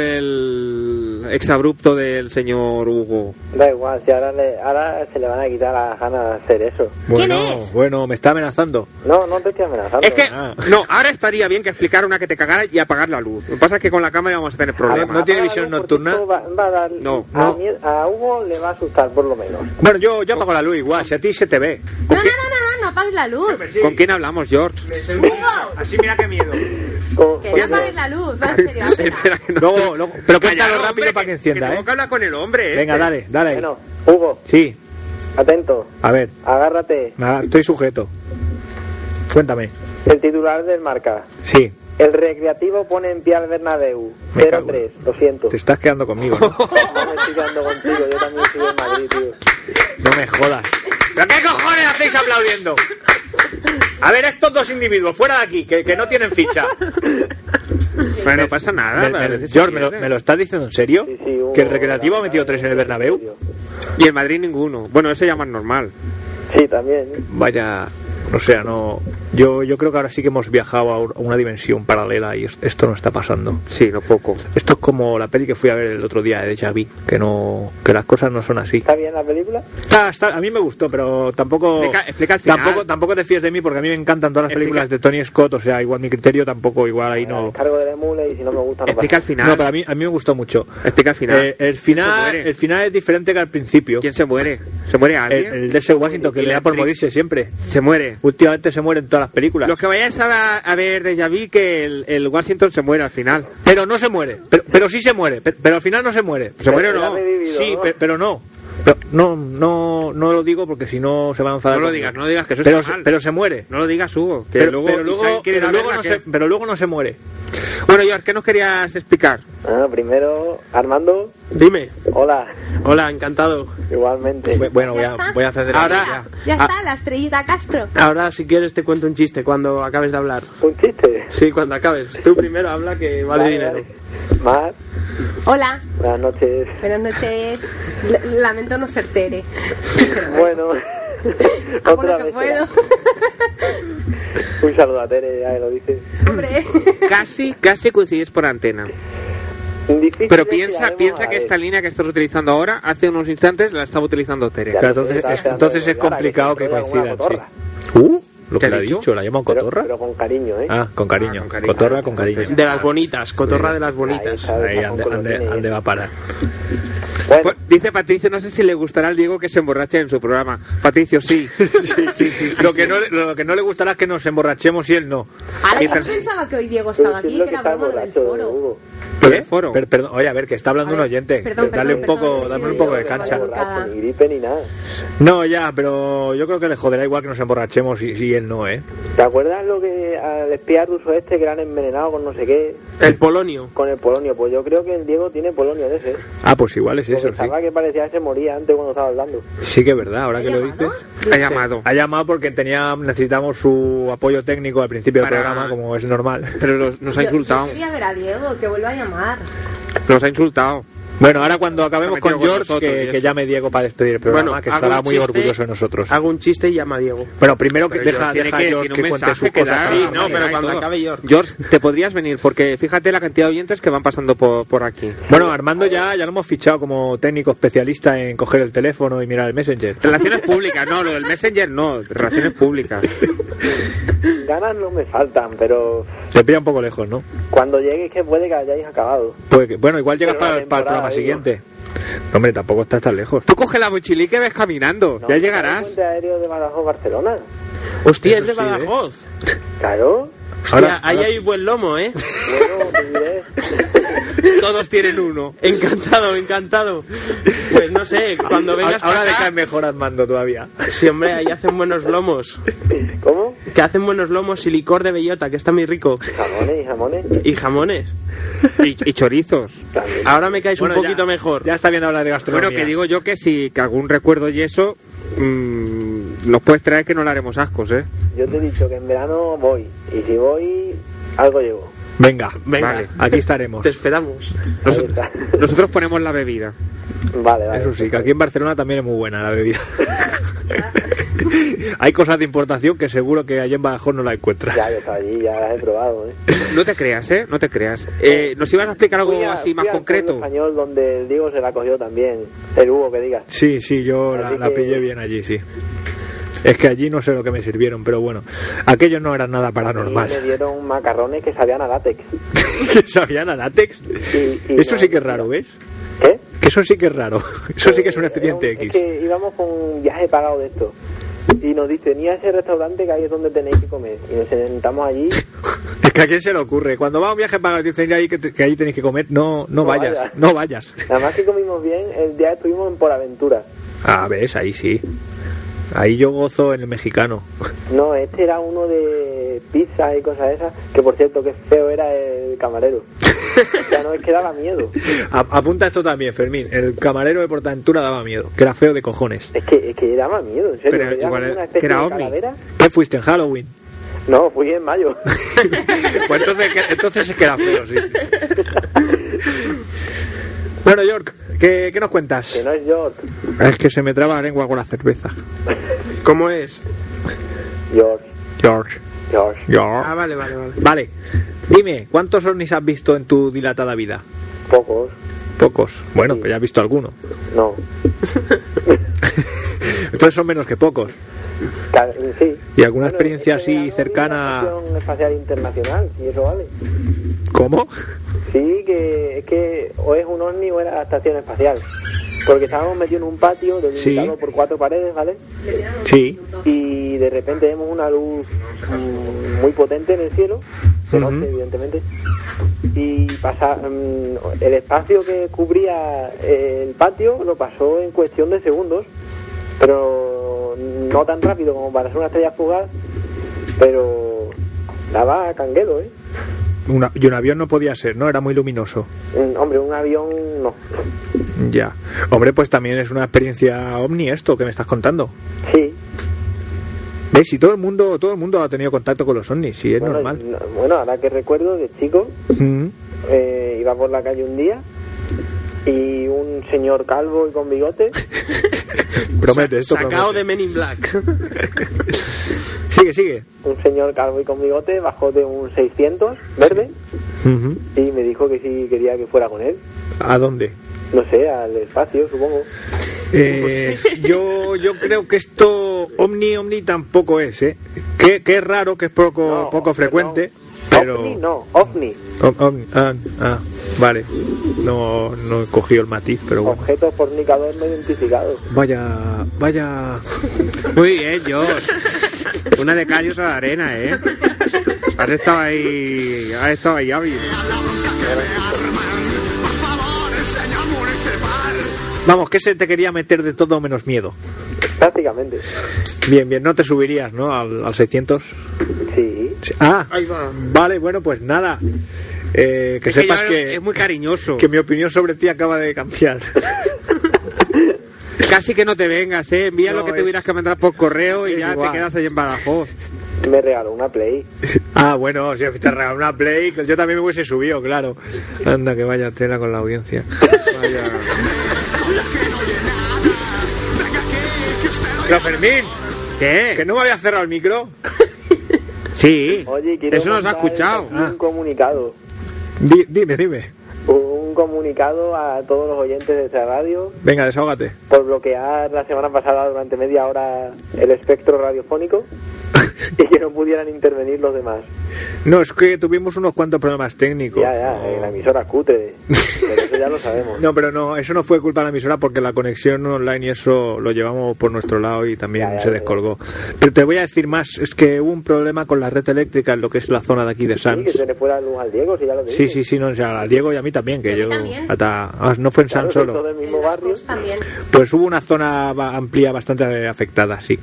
el exabrupto del señor Hugo. Da igual, si ahora, le- ahora se le van a quitar las ganas de hacer eso. ¿Quién Bueno, es? bueno, me está amenazando. No, no te estoy amenazando. Es que, Ah. no, ahora estaría bien que explicara una que te cagara y apagar la luz. Lo que pasa es que con la cámara vamos a tener problemas. no tiene Apágalo, visión porque nocturna. esto Va, va a dar, No, a, no. mie- a Hugo le va a asustar, por lo menos. Bueno, yo, yo apago la luz igual, si a ti se te ve. No, no, no, no, no, no apagues la luz. ¿Con quién hablamos, George? Así mira qué miedo. Con- Que con- no apagues la luz, va en serio. Espera que no. Luego, luego, Calla, pero cuéntalo hombre, rápido para que encienda, tengo ¿eh? que hablar con el hombre, este. Venga, dale, dale. ahí. Bueno, Hugo, Sí, atento, a ver, agárrate. nada, Ah, estoy sujeto. Cuéntame. El titular del marca. Sí, El recreativo pone en pie al Bernabéu. Me cago 0-3, en- lo siento. te estás quedando conmigo. No, No me estoy quedando contigo, yo también soy en Madrid, tío. No me jodas. ¿Pero qué cojones hacéis aplaudiendo? A ver, estos dos individuos, fuera de aquí, que, que no tienen ficha. Bueno, este. no pasa Ah, nada. Me- me- a veces se George, ¿me lo, pierde. me lo estás diciendo en serio? ¿eh? Sí, sí, Hugo, ¿Que el recreativo ha metido la- tres en el Bernabéu? Y en Madrid ninguno. Bueno, eso ya más normal. Sí, también. Vaya, o sea, no. Yo, yo creo que ahora sí que hemos viajado a u- a una dimensión paralela y es- esto no está pasando. Sí, lo poco. Esto es como la peli que fui a ver el otro día de Xavi, que no, que las cosas no son así. ¿Está bien la película? Está- Ah, está- a mí me gustó, pero tampoco. Explica- explica el final. Tampoco, tampoco te fíes de mí porque a mí me encantan todas las Explica- películas de Tony Scott, o sea, igual mi criterio tampoco, igual ahí no. Cargo del emule y si no me gusta no Explica al pasa. final. No, pero a mí, a mí me gustó mucho. Explica al final. Eh, el ¿Quién se final, muere? el final es diferente que al principio. ¿Quién se muere? ¿Se muere El, alguien? el de ese Washington que Y le da por Electric. morirse siempre. Se muere. Últimamente se mueren todas las películas. Los que vayáis ahora a ver de Javi que el, el Washington se muere al final. Pero no se muere. Pero, pero sí se muere. Pero, pero al final no se muere. ¿Se muere o Ya no? me he vivido, Sí, ¿no? pe- pero no. Pero no, no, no lo digo porque si no se va a enfadar. No lo conmigo. digas, no lo digas, que eso pero, está se- mal. Pero se muere. No lo digas, Hugo. Que pero, luego, pero luego- Isaac quiere pero ir a luego no verla, se, pero luego no se muere. que- Bueno, George, ¿qué nos querías explicar? Ah, primero, Armando, Dime. hola, Hola, encantado. igualmente. Bu- Bueno, voy a, voy a hacer de la- Ahora, Ya Ah. está, la estrellita Castro. Ahora, si quieres, te cuento un chiste cuando acabes de hablar. pues, Un chiste. Sí, cuando acabes. Tú primero habla que vale, dinero. vale. Mar, Hola, buenas noches. buenas noches. L- lamento no ser Tere. Bueno, Hago lo otra que vez. puedo. Un saludo a Tere, ya que lo dice. Hombre. casi, casi coincides por antena. Difícil Pero es y la piensa, haremos ¿eh? a piensa que la esta vez. línea que estás utilizando ahora, hace unos instantes la estaba utilizando Tere. Ya, Claro, entonces, estaba es, esperando entonces que es llegara, complicado que que se enrolla coincidan. alguna Sí. cotorra. Uh, ¿Qué lo que ha le ha dicho? dicho, la llama Pero- cotorra. Pero con cariño, ¿eh? Ah, con cariño. Ah, con cariño. Cotorra con cariño. De las bonitas, cotorra de las Ahí, bonitas. ¿sabes? Ahí Japón ande, con los ande- cines. ande va a parar. Bueno, Pues, dice Patricio, no sé si le gustará al Diego que se emborrache en su programa. Patricio, sí. Lo que, no, lo que no le gustará es que nos emborrachemos y él no. Ahora, yo Mientras- pensaba que hoy Diego pero estaba si es aquí, lo que era está broma lo del borracho, foro. Hugo. Lo del foro. ¿Eh? Per- perdón, oye, a ver, que está hablando A un ver, oyente. perdón, dale un perdón, poco, perdón, dame sí, un poco de yo- cancha. yo- Borracho, Ni gripe ni nada. No, ya, pero yo creo que le joderá igual que nos emborrachemos y, y él no, ¿eh? ¿Te acuerdas lo que al espía ruso este que le han envenenado con no sé qué? El polonio. Con el polonio. Pues yo creo que el Diego tiene polonio de ese. Ah, pues igual es Porque eso, sí. estaba que parecía que se moría antes cuando estaba hablando. Sí que es verdad, ahora ¿Ha que lo dices. llamado? Ha llamado. Ha llamado porque tenía, necesitamos su apoyo técnico al principio Para- del programa, como es normal. Pero los- nos Yo- ha yo insultado. Quería ver a Diego, que vuelva a llamar. Nos ha insultado. Bueno, ahora cuando acabemos Ha metido con con George, nosotros y que, eso. que llame Diego para despedir el programa, que hago estará un muy chiste- orgulloso de nosotros. Hago un chiste y llama a Diego. Bueno, primero que Pero deja, George deja a tiene que- George tiene que un cuente mensaje sus que cosas. dar. para Sí, la no, mañana. pero y cuando todo. acabe George. George, te podrías venir porque fíjate la cantidad de oyentes que van pasando por, por aquí. Bueno, Armando ya, ya lo hemos fichado como técnico especialista en coger el teléfono y mirar el Messenger. Relaciones públicas, no, lo del Messenger no, relaciones públicas. Ganas no me faltan, pero Te pilla un poco lejos, ¿no? cuando llegues que puede que hayáis acabado. Puede que- bueno, igual llegas Pero para, la para el temporada, programa siguiente. No, hombre, tampoco estás tan lejos. Tú coge la mochila y que ves caminando, No, ya ¿no llegarás. sabes el puente aéreo de Badajoz, Barcelona? Hostia, Eso es de sí, ¿eh? Badajoz. Claro. Hostia, Ahora- ahí ahora- hay buen lomo, ¿eh? Bueno, te diré. Todos tienen uno. Encantado, encantado. Pues no sé, cuando vengas ahora para acá- dejas mejor Armando todavía. Sí, hombre, ahí hacen buenos lomos. ¿Cómo? Que hacen buenos lomos y licor de bellota, que está muy rico. Jamones y jamones. Y jamones. Y, y chorizos. Ah. Ahora me caes Bueno, un ya- poquito mejor. Ya está bien hablar de gastronomía. Bueno, que digo yo que si que algún recuerdo y eso, mm, nos puedes traer que no le haremos ascos, ¿eh? Yo te he dicho que en verano voy. Y si voy, algo llevo. Venga, Venga. Vale. aquí estaremos. Te esperamos. Ahí está. Nosotros ponemos la bebida. Vale, vale. Eso sí, que aquí en Barcelona también es muy buena la bebida. Hay cosas de importación que seguro que allí en Badajoz no la encuentras. Ya, yo estaba allí, ya las he probado, ¿eh? No te creas, ¿eh? No te creas. Eh, ¿Nos ibas a explicar algo Fui a- así más fui al pueblo concreto? español donde el Diego se la cogió también. El Hugo, que digas. Sí, sí, yo la, Así la que- pillé bien allí, sí. Es que allí no sé lo que me sirvieron, pero bueno, aquello no era nada Y me paranormal. dieron macarrones que sabían a látex. ¿Que sabían a látex? Sí, sí, Eso no, sí que es no. raro, ¿ves? ¿Qué? Que eso sí que es raro. Eso sí que es un expediente Era un- X. Es que íbamos con un viaje pagado de esto. Y nos dice, ni a ese restaurante que ahí es donde tenéis que comer. Y nos sentamos allí Es que a quién se le ocurre. Cuando va a un viaje pagado y te dicen ahí que, te- que ahí tenéis que comer, no, no, No vayas, vayas. no vayas. Además que comimos bien, el día que estuvimos en Por Aventura. Ah, ves, ahí sí. Ahí yo gozo en el mexicano. No, este era uno de pizza y cosas esas, que por cierto, que feo era el camarero. Ya no es que daba miedo. A- apunta esto también, Fermín. El camarero de Portaventura daba miedo, que era feo de cojones. Es que, es que daba miedo, en serio. Pero que era igual como era- una especie que era de ovni. calavera. ¿Qué fuiste en Halloween? No, fui en mayo. Pues entonces, que- entonces es que era feo, sí. Bueno, York, ¿qué, qué nos cuentas? que no es York. Es que se me traba la lengua con la cerveza. ¿Cómo es? York, George, York. George. Ah, vale, vale, vale. Vale, dime, ¿cuántos ovnis has visto en tu dilatada vida? Pocos. Pocos. Bueno, pues ya has visto alguno. No. Entonces son menos que pocos. Ca- Sí. ¿Y alguna experiencia este verano así vi la cercana? Estación espacial internacional, y eso vale. ¿Cómo? Sí, que es que o es un ovni o era la estación espacial. Porque estábamos metidos en un patio delimitado Sí. por cuatro paredes, ¿vale? Sí. Y de repente vemos una luz mm, muy potente en el cielo, de noche, Ujú. evidentemente. Y pasa, mm, el espacio que cubría el patio lo pasó en cuestión de segundos, pero no tan rápido como para ser una estrella fugaz, pero daba canguelo, ¿eh? Una- y un avión no podía ser, ¿no? Era muy luminoso. Mm, Hombre, un avión no. Ya. Hombre, pues también es una experiencia ovni esto que me estás contando. Sí, ¿Veis? Si todo el mundo, todo el mundo ha tenido contacto con los ovnis, sí, es bueno, normal. no- bueno, ahora que recuerdo, de chico, Mm. eh, iba por la calle un día y un señor calvo y con bigote Promete, esto Sacado promete. de Men in Black. Sigue, sigue. un señor calvo y con bigote bajó de un 600 verde Ujú. y me dijo que sí quería que fuera con él. ¿A dónde? No sé, al espacio, supongo. Eh, yo, yo creo que esto ovni, ovni tampoco es, ¿eh? Que, que es raro, que es poco, No, poco perdón. frecuente, pero... Ovni no, ovni. Om- om- ah, ah, vale. No, no he cogido el matiz, pero bueno. Objetos fornicadores no identificados. Vaya, vaya. Muy bien, George. Una de callos a la arena, ¿eh? Has estado ahí. Has estado ahí hábil. Vamos, que se te quería meter de todo menos miedo. Prácticamente. Bien, bien, no te subirías, ¿no? Al, al 600. Sí. Sí. Ah, Ahí va. vale, bueno, pues nada. Eh, que Es sepas George que, Es muy cariñoso. que mi opinión sobre ti acaba de cambiar. Casi que no te vengas, ¿eh? Envía No, lo que es- te hubieras que mandar por correo es y ya igual. te quedas ahí en Badajoz. Me regaló una Play. ah, bueno, si te regaló una play, yo también me hubiese subido, claro. Anda, que vaya tela con la audiencia. Vaya. Pero Fermín, ¿Qué? que no me había cerrado el micro. Sí. Oye, quiero Eso nos ha mandar escuchado. Ah. aquí Un comunicado. Di- dime, dime. Un comunicado a todos los oyentes de esta radio Venga, desahógate. por bloquear la semana pasada durante media hora el espectro radiofónico y que no pudieran intervenir los demás. No, es que tuvimos unos cuantos problemas técnicos. Ya, ya, en la emisora cutre. Pero eso ya lo sabemos. No, pero no, eso no fue culpa de la emisora porque la conexión online y eso lo llevamos por nuestro lado y también Ya, ya, se ya. descolgó. Pero te voy a decir más, es que hubo un problema con la red eléctrica en lo que es la zona de aquí de Sí, que Sans. se le fuera luz al Diego, si ya lo dije. Sí, sí, sí, no, o sea, a Diego y a mí también, que Y a mí yo... también. hasta- ah, no fue en Claro, Sans soy solo. todo del mismo En las barrio. cosas también. Pues hubo una zona ba- amplia bastante afectada, sí.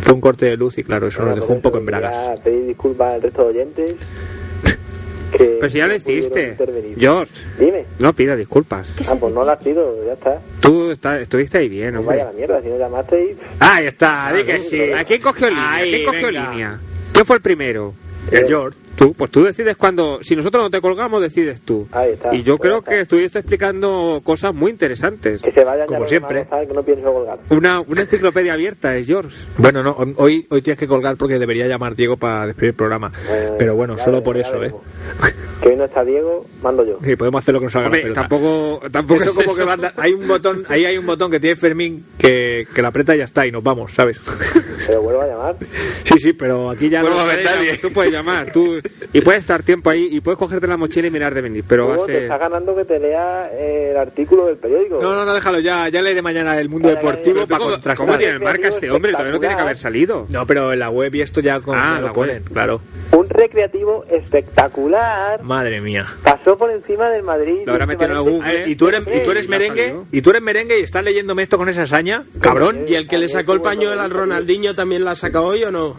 Fue un corte de luz y claro, eso Bueno, pues nos por dejó un eso poco en quería bragas. pedir disculpas al resto de oyentes. que Pero si ya no lo pudieron hiciste. intervenir. George, Dime. no pida disculpas. Ah, pues no la has sido, ya está. Tú está- estuviste ahí bien, No vaya a hombre. la mierda, si no llamaste y... Ah, Ahí está, di que Claro. sí. Ah, ¿A quién cogió línea? Ahí, ¿Quién cogió venga. línea? ¿Quién fue el primero? El George. Tú, pues tú decides cuando, si nosotros no te colgamos, decides tú. Ahí está. y yo Pues creo ya que está. estuviste explicando cosas muy interesantes. Que se vayan Como ya los siempre. demás, ¿sabes? que no pienso colgar. Una, una enciclopedia abierta es George. Bueno, no, hoy, hoy tienes que colgar porque debería llamar Diego para despedir el programa. Eh, Pero bueno, ya solo veremos, por ya eso, ¿eh? veremos. Que hoy no está Diego, mando yo. Sí, podemos hacer lo que nos haga la Hombre, pelota. tampoco, tampoco Eso es como eso. que va a andar- hay un botón, ahí hay un botón que tiene Fermín que, que la aprieta y ya está y nos vamos, ¿sabes? Pero vuelvo a llamar. Sí, sí, pero aquí ya Bueno, no va a haber puedes llamar, nadie. Tú puedes llamar, tú, y puedes estar tiempo ahí, y puedes cogerte la mochila y mirar de venir, pero va Hugo, a te ser... está ganando que te lea eh, el artículo del periódico. No, no, no, déjalo ya, ya leeré mañana el mundo Vale, vale, deportivo vale. para ¿Cómo, contrastar. este cómo tiene marca este hombre? Todavía no tiene que haber salido. No, pero en la web y esto ya con, Ah, ya en lo la ponen, web. claro. Un un recreativo espectacular. Madre mía. Pasó por encima del Madrid. Lo habrá este metido en parece- algún- Ay, y tú eres, y tú eres Ya merengue, salió. y tú eres merengue y estás leyéndome esto con esa hazaña, cabrón. ¿Y el que le sacó el pañuelo al Ronaldinho también la sacó hoy o no?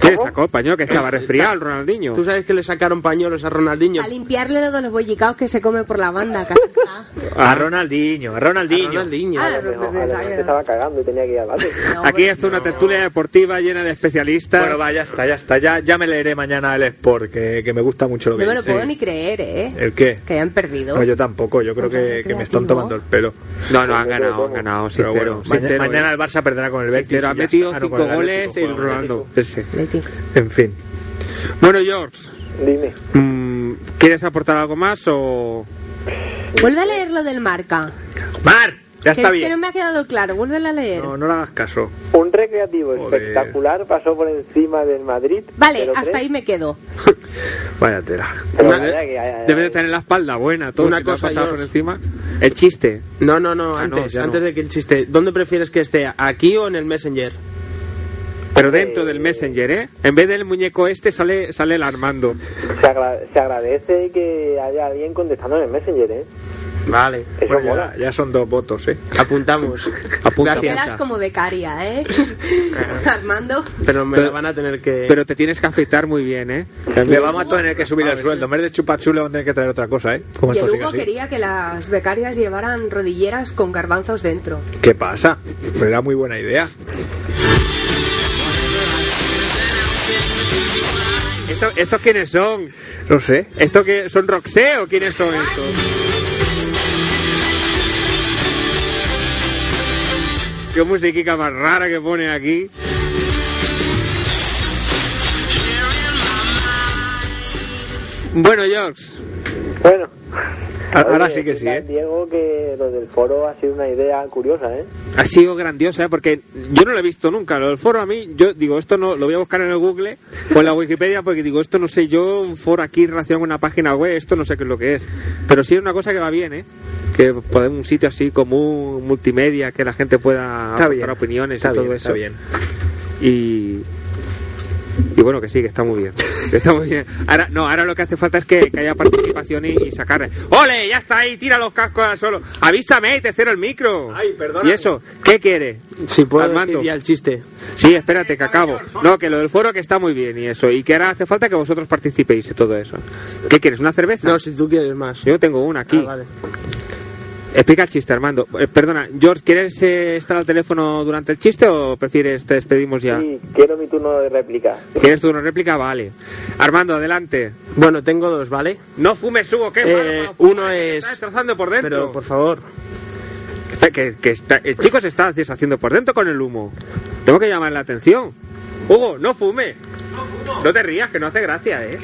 ¿Qué le sacó, paño? Que estaba resfriado el Ronaldinho. ¿Tú sabes que le sacaron pañuelos a Ronaldinho? A limpiarle lo de los bollicaos que se come por la banda, casita. A Ronaldinho, a Ronaldinho. A Ronaldinho. Ah, No, no, además se estaba cagando y tenía que ir al bate. no, Aquí está una tertulia deportiva llena de especialistas. Bueno, va, ya está, ya está. Ya, ya me leeré mañana el Sport, que, que me gusta mucho lo que No me lo dice. puedo ni creer, ¿eh? ¿El qué? Que hayan perdido. No, yo tampoco. Yo creo Ojalá que, que me están Pues creativo. tomando el pelo. no, no, han ganado, han ganado, Pero sincero. bueno, maña- sincero, mañana eh. el Barça perderá con el Betis. Sincero, y ha ya metido está, no con cinco el goles Atlético, el con el Ronaldo. Atlético. Sí, sí. Leti. En fin. Bueno, George, Dime. mm, ¿quieres aportar algo más o...? Vuelve a leer lo del marca. ¡Mar! Ya que está es que bien. no me ha quedado claro. Vuélvela a leer. No, no le hagas caso. Un recreativo Joder. espectacular pasó por encima del Madrid. Vale, pero hasta tres- ahí me quedo. Vaya tela. pero Una- vaya que- eh, ay, ay, Debe de ay. tener la espalda buena, todo Una si no ha cosa, pasado por George. encima. El chiste. No, no, no, Ah, no, antes, ya no. antes de que el chiste. ¿Dónde prefieres que esté? ¿Aquí o en el Messenger? Pero dentro del Messenger, ¿eh? En vez del muñeco este sale, sale el Armando. Se, agra- se agradece que haya alguien contestando en el Messenger, ¿eh? Vale. Eso Bueno, ya- mola. ya, son dos votos, ¿eh? Apuntamos. Apunta, Quedas Gracias. como becaria, ¿eh? Armando. Pero me Pero- la van a tener que. Pero te tienes que afeitar muy bien, ¿eh? Le vamos a tener que subir el sueldo. En vez de chupachule, vamos a tener que traer otra cosa, ¿eh? Como Y esto el sigue Hugo así. quería que las becarias llevaran rodilleras con garbanzos dentro. ¿Qué pasa? Pero era muy buena idea. ¿Esto- ¿Estos quiénes son? No sé. ¿Esto que son Roxé o quiénes son estos? Qué musiquica más rara que pone aquí. Bueno, Jox, Bueno. A- Ahora Oye, sí que ¿qué sí, tal, ¿eh? Diego, que lo del foro ha sido una idea curiosa, ¿eh? ha sido grandiosa ¿eh? porque yo no lo he visto nunca. Lo del foro a mí, yo digo, esto no lo voy a buscar en el Google o en la Wikipedia porque digo, esto no sé yo, un foro aquí relacionado con una página web, esto no sé qué es lo que es. Pero sí es una cosa que va bien, ¿eh? Que poder un sitio así común, multimedia, que la gente pueda Está aportar bien. opiniones Está y todo bien, eso. está bien. Y. Y bueno, que sí, que está muy bien. Que está muy bien. Ahora, no, ahora lo que hace falta es que, que haya participación y, y sacar. ¡Ole! Ya está ahí, tira los cascos al suelo. Avísame y te cero el micro. Ay, perdóname. ¿Y eso? ¿Qué quiere? si puedo Armando. decir ya el chiste. Sí, espérate, que acabo. No, que lo del foro que está muy bien y eso. Y que ahora hace falta que vosotros participéis y todo eso. ¿Qué quieres? ¿Una cerveza? No, si tú quieres más. Yo tengo una aquí. Ah, vale. Explica el chiste, Armando. Eh, perdona, George, ¿quieres eh, estar al teléfono durante el chiste o prefieres te despedimos ya? Sí, quiero mi turno de réplica. ¿Quieres tú una réplica? Vale. Armando, adelante. Bueno, tengo dos, ¿vale? No fumes, Hugo, que Eh, uno es. destrozando por dentro. Pero por favor. Que está- que, que está- el chico se está deshaciendo por dentro con el humo. Tengo que llamar la atención. Hugo, no fume. No te rías, que no hace gracia, ¿eh?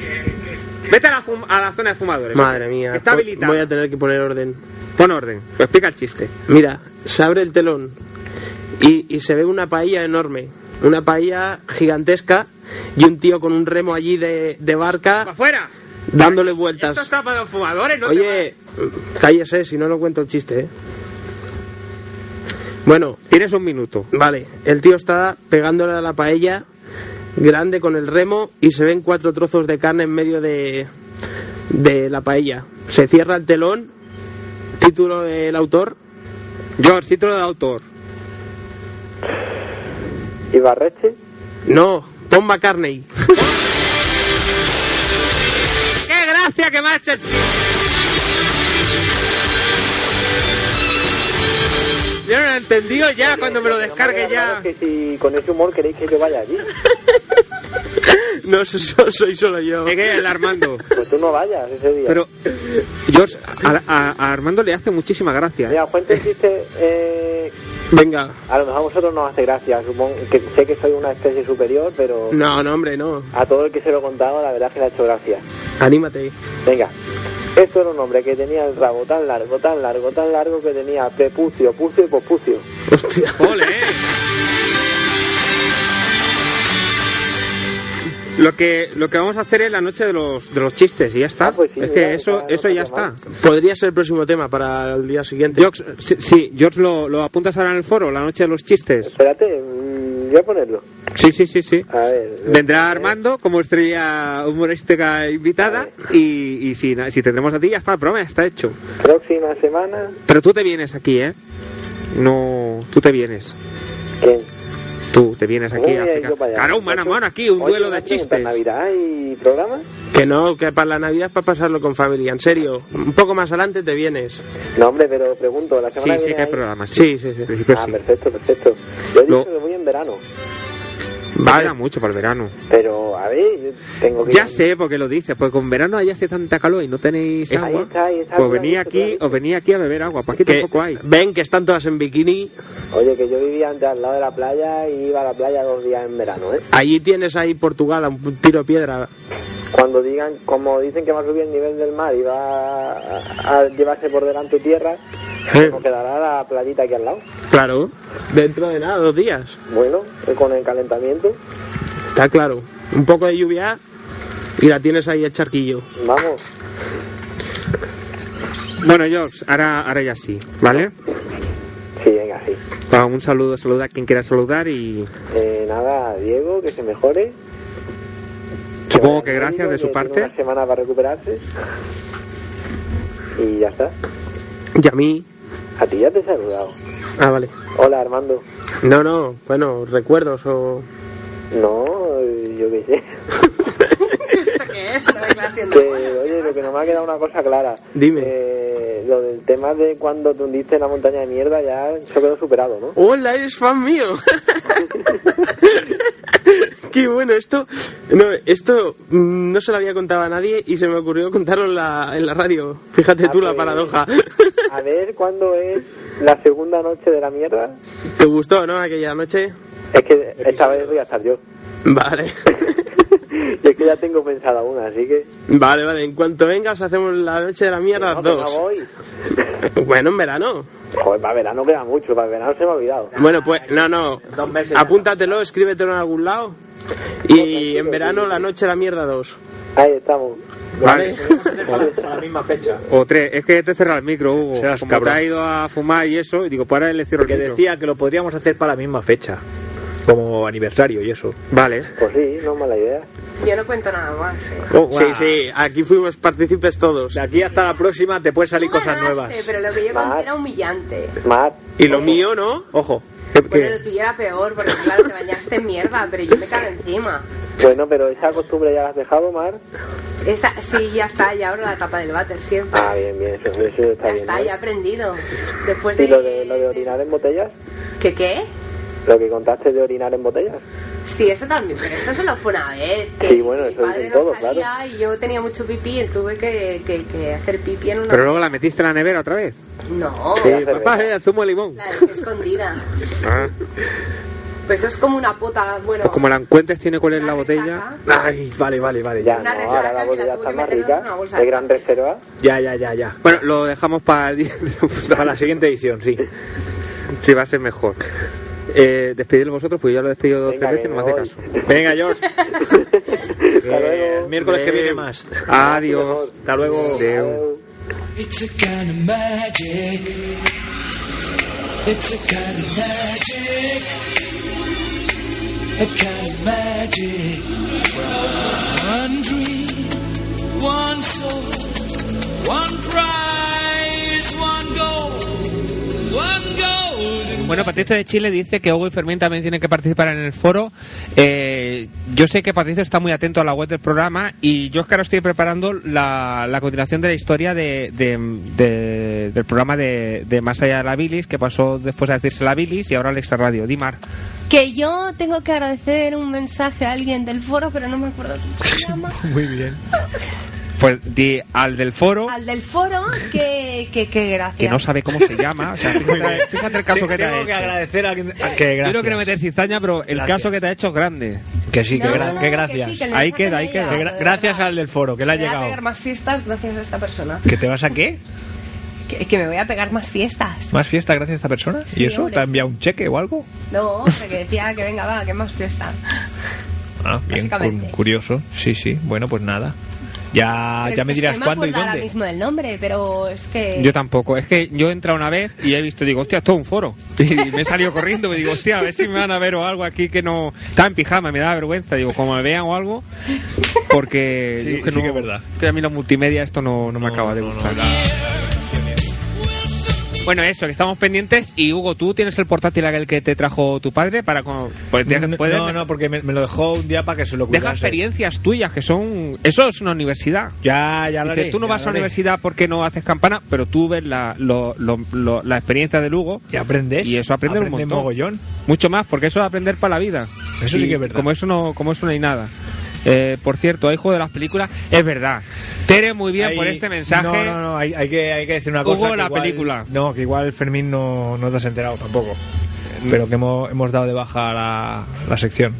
Vete a la, fum- a la zona de fumadores. Madre mía. Está po- habilitada. Voy a tener que poner orden. Pon orden. Pues explica el chiste. Mira, se abre el telón y, y se ve una paella enorme. Una paella gigantesca y un tío con un remo allí de, de ¡Para barca afuera! dándole Esto vueltas. está para los fumadores, ¿no? te Oye, cállese, si no, no cuento el chiste, ¿eh? Bueno, va- Tienes un minuto. Vale, el tío está pegándole a la paella grande con el remo y se ven cuatro trozos de carne en medio de, de la paella. Se cierra el telón, título del autor. George, título de autor. ¿Y Barreche? No, Tom McCartney. ¡Qué gracia que me ha hecho el chiste! Yo no lo he entendido ya cuando me lo descargue ya. Que si con ese humor queréis que yo vaya allí, No, so- so- soy solo yo. Es que el Armando. pues tú no vayas ese día. Pero, George, a, a- a Armando le hace muchísima gracia. ¿eh? Mira, cuento el chiste, eh, Venga. a lo mejor a vosotros no os hace gracia, supongo que sé que soy una especie superior, pero No, no, hombre, no. a todo el que se lo he contado la verdad es que le ha hecho gracia. Anímate. Venga, esto era un hombre que tenía el rabo tan largo, tan largo, tan largo que tenía prepucio, pucio y pospucio. Hostia. ¡Ole! eh! Lo que, lo que vamos a hacer es la noche de los, de los chistes y ya está. Ah, pues sí, es mira, que eso, está, no eso ya está está. mal. Podría ser el próximo tema para el día siguiente. George, sí, sí, George, lo, lo apuntas ahora en el foro, la noche de los chistes. Espérate, mm, voy a ponerlo. Sí, sí, sí, sí. A ver. Vendrá Armando como estrella humorística invitada y, y si, na- si tendremos a ti ya está, el programa ya está hecho. Eh, Próxima semana. Pero tú te vienes aquí, ¿eh? No, tú te vienes. ¿Quién? Tú te vienes aquí Voy a a ir explicar. yo para allá. Claro, un mano a mano aquí, un Oye, duelo una de pregunta, chistes. ¿Navidad y programa? Que no, que para la Navidad es para pasarlo con familia, en serio. Un poco más adelante te vienes. No, hombre, pero pregunto, la Sí, semana sí viene que hay hay- programas. Sí, sí, sí. En principio Ah, sí. perfecto, perfecto. Yo he dicho Lo- que voy en verano, Va a mucho para el verano. pero a ver, yo tengo que... Ya sé porque lo dices, porque con verano ahí hace tanta calor y no tenéis Ahí agua. está, ahí está, pues tú lo has venía dicho, tú lo has aquí, dicho. os venía aquí a beber agua, para aquí Que- tampoco hay. Ven que están todas en bikini. Oye, que yo vivía antes al lado de la playa y iba a la playa dos días en verano, ¿eh? Allí tienes ahí Portugal a un tiro de piedra. Cuando digan, como dicen que va a subir el nivel del mar y va a, a llevarse por delante tierra, Eh. nos quedará la playita aquí al lado. Claro. Dentro de nada, dos días. Bueno, con el calentamiento, Está claro. Un poco de lluvia y la tienes ahí el charquillo. vamos. Bueno, George, ahora, ahora ya sí, ¿vale? Sí, venga, sí. Va, Un saludo, saluda a quien quiera saludar y Eh, nada, Diego, que se mejore. supongo que vaya al gracias de médico, su que tiene parte. Una semana para recuperarse. Y ya está. Y a mí. A ti ya te he saludado. Ah, vale. Hola, Armando. No, no, bueno, recuerdos o. No, eh, yo qué sé. ¿Esto qué es? No me está haciendo Que, oye, lo que no me ha quedado una cosa clara. Dime. Eh, lo del tema de cuando te hundiste en la montaña de mierda ya eso quedó superado, ¿no? ¡Hola, eres fan mío! Qué bueno, esto. No, esto mm, no se lo había contado a nadie y se me ocurrió contarlo en la, en la radio. Fíjate Ah, tú la pues, paradoja. A ver cuándo es la segunda noche de la mierda. ¿Te gustó, no? Aquella noche. Es que esta vez voy a estar yo. Vale. y es que ya tengo pensada una, así que... Vale, vale. En cuanto vengas, hacemos la noche de la mierda no, que no dos. voy. Bueno, en verano. Joder, para verano queda mucho, para verano se me ha olvidado. Bueno, pues, no, no. Dos meses. Apúntatelo, escríbetelo en algún lado. Y en verano, la noche de la mierda dos. Ahí estamos. Vale. la misma fecha. O tres, es que te he cerrado el micro, Hugo. Seas Como cabrón. te ha ido a fumar y eso, y digo, para él le cierro Que el micro. decía que lo podríamos hacer para la misma fecha. Como aniversario y eso. Vale. Pues sí, no es mala idea. Yo no cuento nada más. ¿eh? Oh, guau. Sí, sí, aquí fuimos partícipes todos. De aquí hasta la próxima te pueden salir Tú cosas ganaste, nuevas. Pero lo que yo Mar. conté era humillante. Matt, Y lo mío, ¿no? Ojo. Bueno, lo tuyo era peor, porque claro, te bañaste en mierda, pero yo me cago encima. bueno, pero esa costumbre ya la has dejado, Mar. Esta, sí, ya está, ya ahora la tapa del váter siempre. Ah, bien, bien, eso, eso está ya bien. está, ¿no? ya he aprendido. Después de... ¿Y lo de, lo de orinar en botellas? ¿Qué qué? ¿Lo que contaste de orinar en botellas? Sí, eso también, pero eso solo fue una vez. Que Sí, bueno, mi eso dicen padre no todos, salía claro. y yo tenía mucho pipí y tuve que, que- que hacer pipí en una... Pero luego la metiste en la nevera otra vez. No, Sí. Eh, papá, eh, zumo de limón. la dejé escondida. Ah, Pues eso es como una pota, bueno... pues como la encuentres, tiene cuál es una la botella. resaca. Ay, vale, vale, vale. Ya, Una no, resaca ahora la que la botella tuve está que más meter en rica, una bolsa de de gran plástico. reserva. Ya, ya, ya, ya. Bueno, lo dejamos para el día de la puta. Para la siguiente edición, sí. Sí, va a ser mejor. Eh, despedirlo vosotros, pues yo ya lo he despedido dos Venga, tres veces y que no me hace me caso. Venga, George. Hasta Eh, luego. el miércoles que viene más. Adiós. Hasta luego. Adeu. Adiós. It's a kind of magic. It's a kind of magic. A kind of magic. One dream, one soul, one prize, one goal, one golden. Bueno, Patricio de Chile dice que Hugo y Fermín también tienen que participar en el foro. Eh, yo sé que Patricio está muy atento a la web del programa y yo es que ahora estoy preparando la, la continuación de la historia de, de- de- del programa de, de Más allá de la bilis, que pasó después a decirse la bilis y ahora el extra radio. Dimar. Que yo tengo que agradecer un mensaje a alguien del foro, pero no me acuerdo cómo se llama. Muy bien. Pues di al del foro, Al del foro, que, que, que gracias. que no sabe cómo se llama. O sea, fíjate, fíjate el caso que te ha Tengo que hecho. agradecer a quien- a que Yo no gracias. quiero meter cizaña, pero el Gracias. caso que te ha hecho es grande. Que sí, que, No, gra- no, no, que que gracias. sí, que Ahí mensaje queda, me ahí ha queda. Que llegado, gra- de gracias verdad. al del foro, que le ha Me voy a pegar llegado. más fiestas gracias a esta persona. ¿Que te vas a qué? Que, que me voy a pegar más fiestas. ¿Más fiesta gracias a esta persona? Sí, ¿Y eso? hombre, ¿Te ha sí. enviado un cheque o algo? No, o sea, que decía que venga, va, que más fiesta. Ah, bien, Básicamente. cu- curioso. Sí, sí. Bueno, pues nada. Ya, Pero ya me es que dirás no cuándo y acuerdo ahora dónde. mismo del nombre, pero es que... Yo tampoco. Es que yo he entrado una vez y he visto, digo, hostia, es todo un foro. Y me he salido corriendo, me digo, hostia, a ver si me van a ver o algo aquí que no. Estaba en pijama, me daba vergüenza, digo, como me vean o algo. Porque. Sí, yo sí no- que es verdad. que a mí la multimedia esto no, no me acaba de gustar. Bueno, eso, que estamos pendientes. Y Hugo, ¿tú tienes el portátil aquel que te trajo tu padre para. como- Pues, te- puedes- No, eh, no, porque me, me lo dejó un día para que se lo Deja cuidase. experiencias tuyas que son. Eso es una universidad. Ya, ya lo Dice, haré, tú no ya vas a lo la haré. universidad porque no haces campana, pero tú ves la, lo- lo- lo- la experiencia de Lugo Y aprendes. y eso aprendes un Aprendes montón. mogollón. Mucho más, porque eso es aprender para la vida. Eso sí Y que es verdad. Como eso no, como eso no hay nada. Eh, por cierto, hay juego de las películas. Es verdad. Tere, muy bien Hay- por este mensaje. No, no, no, hay, hay que, hay que decir una Hugo, cosa. que la igual- película. No, que igual Fermín no, no te has enterado tampoco. Pero que hemos, hemos dado de baja la, la sección.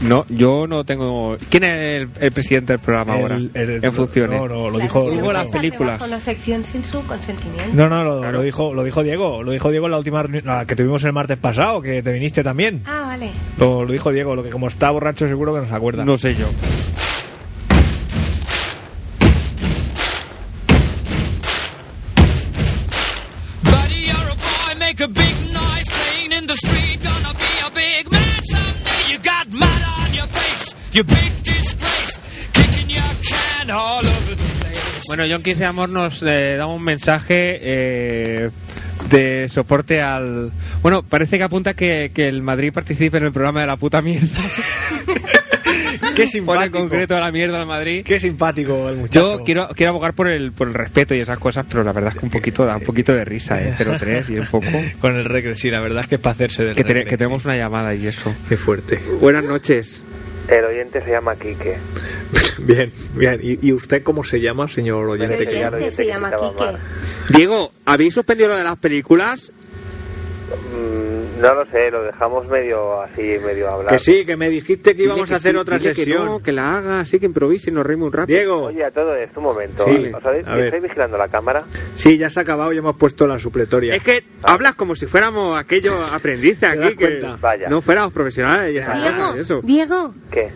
No, yo no tengo. ¿Quién es el, el presidente del programa ahora? El- el- en funciones. No, no, lo Claro, dijo. es que Hugo, no las pasa películas. debajo Una sección sin su consentimiento. No, no, lo, lo dijo, lo dijo Diego. Lo dijo Diego en la última reunión la que tuvimos el martes pasado, que te viniste también. Ah, vale. Lo, lo dijo Diego, lo que como está borracho seguro que nos acuerda. No sé yo. Buddy, you're a boy, make a big noise playing in the street. Gonna be a big man someday. You got mud on your face, you big disgrace. Kicking your can all over the place. Bueno, John Kiss de Amor nos eh, da un mensaje eh, de soporte al. Bueno, parece que apunta que, que el Madrid participe en el programa de la puta mierda. Qué Pone simpático. en concreto a la mierda al Madrid. Qué simpático el muchacho. Yo quiero, quiero abogar por el, por el respeto y esas cosas, pero la verdad es que un poquito da un poquito de risa, ¿eh? Pero tres y un poco. Con el regre, sí, la verdad es que es para hacerse del Que, te- regre. que tenemos una llamada y eso. Qué fuerte. Buenas noches. El oyente se llama Quique. Bien, bien. ¿Y, y usted cómo se llama, señor oyente? que ya lo Este dice se que llama estaba Quique. mal. Diego, ¿habéis suspendido lo de las películas? Mm, no lo sé, lo dejamos medio así, medio hablar. Que sí, que me dijiste que íbamos Dile que a hacer sí, otra dile sesión. Que, no, que la haga, así que improvise y nos reímos un rato. Diego, Oye, a todo esto, un momento. Sí, ¿Os sabéis a que ver. estoy vigilando la cámara? sí, ya se ha acabado y hemos puesto la supletoria. Es que hablas como si fuéramos aquellos aprendices das aquí que cuenta? Vaya. no fuéramos profesionales. Ya Ah, sabes Diego, eso. Diego, ¿Qué?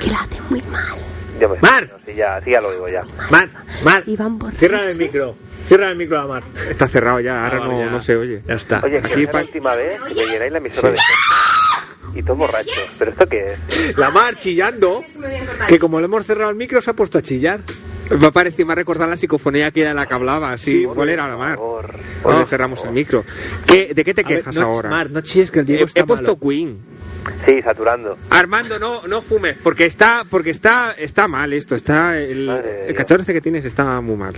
que la hace muy mal. Yo me Mar. no, sí, ya, sí, ya lo digo ya. Mar, Mar, Iván borrachos. cierra el micro. Cierra el micro a Mar. Está cerrado ya, ahora Ah, no, ya. no se oye. Ya está. Oye, que Aquí es la pa- última vez que me llenáis la emisora de... Y todos borrachos. ¿Pero esto qué es? La Mar chillando, que como le hemos cerrado el micro se ha puesto a chillar. Me ha parecido más recordar la psicofonía que era la que hablaba, así, Sí, ¿cuál era la mar? favor. Ahora Por cerramos el favor. micro. ¿Qué- ¿De qué te A ver, quejas no- ahora? Mar, no chilles que el he, Diego está he puesto malo. Queen. Sí, saturando. Armando, no, no fumes, porque está, porque está, está mal esto, está el, Madre de el Dios. cachorro este que tienes está muy mal.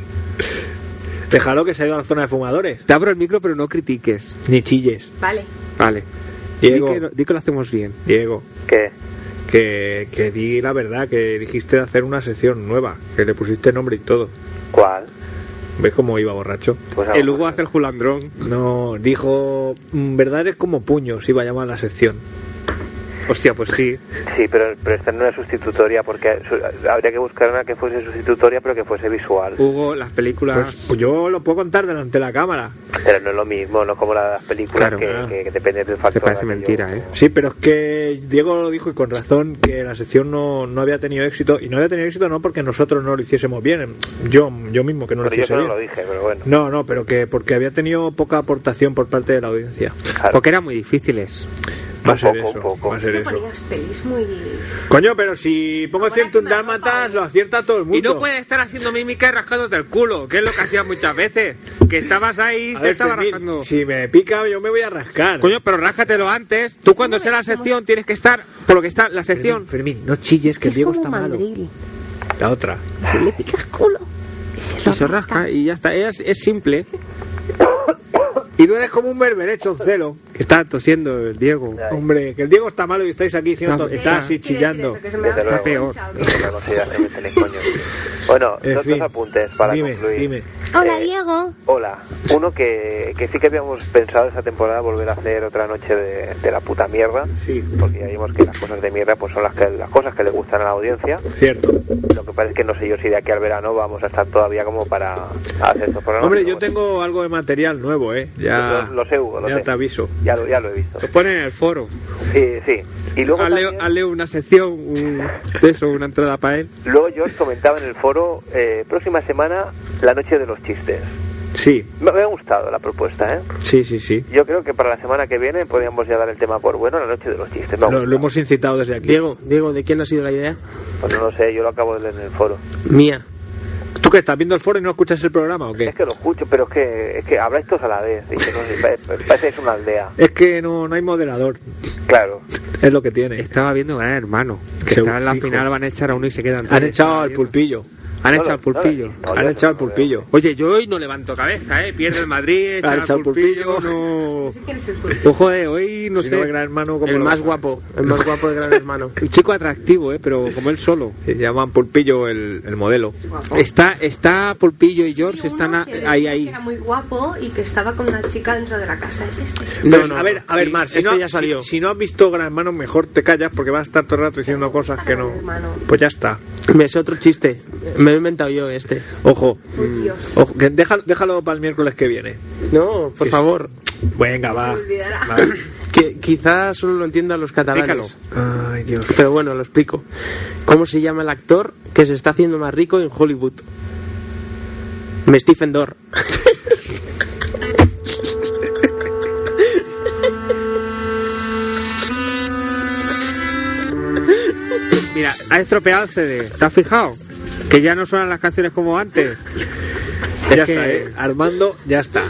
Déjalo que se ha ido a la zona de fumadores. Te abro el micro pero no critiques. Ni chilles. Vale. Vale. Diego. Di que, lo- di que lo hacemos bien. Diego, ¿Qué? que, que di la verdad, que dijiste de hacer una sesión nueva, que le pusiste nombre y todo. ¿Cuál? ¿Ves cómo iba borracho? Pues El vamos. Hugo hace el julandrón. No, dijo, "Mm, verdad es como puños, iba a llamar la sección. Hostia, pues sí. Sí, pero, pero esta no es sustitutoria porque su- habría que buscar una que fuese sustitutoria pero que fuese visual. Hugo, las películas. Pues, pues yo lo puedo contar delante de la cámara. Pero no es lo mismo, no como las películas Claro, que, claro. que- que depende del factor. Te parece aquello. mentira, ¿eh? Sí, pero es que Diego lo dijo y con razón que la sección no, no había tenido éxito. Y no había tenido éxito no porque nosotros no lo hiciésemos bien. Yo, yo mismo que no lo Pero yo hiciese solo lo bien. dije, pero bueno. No, no, pero que porque había tenido poca aportación por parte de la audiencia. claro. Porque eran muy difíciles. Va Un a ser poco, eso. un poco. Va a ser Te eso. ponías pelis muy... Coño, pero si pongo Ahora cierto un que me dálmatas, rompa. lo acierta todo el mundo. Y no puedes estar haciendo mímica y rascándote el culo, que es lo que hacías muchas veces. Que estabas ahí, A te ver, estabas Fermín, rascando. si me pica, yo me voy a rascar. Coño, pero rájatelo antes. Tú cuando sea la sección tienes que estar por lo que está la Fermín, sección. Fermín, no chilles, que el es Diego como está un mandril. malo. La otra. Si le picas culo, que se Y lo se rasca y ya está. Es, es simple. Y tú eres como un berberecho, un celo. Que está tosiendo el Diego. Hombre, que el Diego está malo y estáis aquí diciendo, Está- está, está- así chillando. Desde luego. peor. Es una consideración que tenéis, coño. Bueno, En dos, fin. dos apuntes para dime, concluir. dime. Hola, Eh, Diego. Hola. Uno que, que sí que habíamos pensado esta temporada volver a hacer otra noche de, de la puta mierda. Sí. Porque ya vimos que las cosas de mierda pues son las, que, las cosas que le gustan a la audiencia. Cierto. Lo que pasa es que no sé yo si de aquí al verano vamos a estar todavía como para hacer estos programas. Hombre, Pero yo bueno. tengo algo de material nuevo, ¿eh? Ya, Lo- lo sé, Hugo, lo ya sé. te aviso. ya lo, ya lo he visto. Lo ponen en el foro. Sí, sí. Y luego Hazle también- hazle una sección, un, de eso, una entrada para él. Luego yo os comentaba en el foro, eh, próxima semana, la noche de los chistes. Sí, Me, me ha gustado la propuesta, ¿eh? sí, sí, sí. Yo creo que para la semana que viene podríamos ya dar el tema por bueno, la noche de los chistes. Me ha Lo, lo hemos incitado desde aquí. Diego, Diego, ¿de quién ha sido la idea? gustado. Pues no lo sé, yo lo acabo de leer en el foro. Mía. ¿Tú qué estás viendo el foro y no escuchas el programa o qué? Es que lo escucho, pero es que, es que habláis todos a la vez. y que no sé, pa- parecéis una aldea. Es que no, no hay moderador, Claro. es lo que tiene. Estaba viendo Gran Hermano. Que Seguro, está en la fijo. final, van a echar a uno y se quedan. Han tres. echado al pulpillo, Han No echado lo- al pulpillo. no lo- no, han yo echado al no lo pulpillo. Oye, yo hoy no levanto cabeza, ¿eh? Pierde el Madrid, Han echa echado al al pulpillo, pulpillo. no... No, joder, hoy no si sé. no, el gran hermano como El lo más llaman? guapo, el más guapo de Gran Hermano. Un chico atractivo, ¿eh? Pero como él solo. Se llaman pulpillo el, el modelo. Está, está Pulpillo y Y George, uno están a- que decía ahí, Que ahí. era muy guapo y que estaba con una chica dentro de la casa, es este. Pero, no, a ver, a ver, Mar, si, este no, ya salió. Si, si no has visto Gran Hermano, mejor te callas porque vas a estar todo el rato diciendo cosas que no. Pues ya está. Me sé otro chiste. Me lo he inventado yo este. Ojo, Dios. ojo que deja- déjalo para el miércoles que viene. No, por favor. Venga, va. Se me olvidará. Va. Que quizás solo lo entiendan los catalanes. Ay, Dios. Pero bueno, lo explico. ¿Cómo se llama el actor que se está haciendo más rico en Hollywood? Stephen Dorr. Mira, ha estropeado el CD. ¿Te has fijado? Que ya no suenan las canciones como antes. Ya Es está, que- ¿eh? Armando, ya está.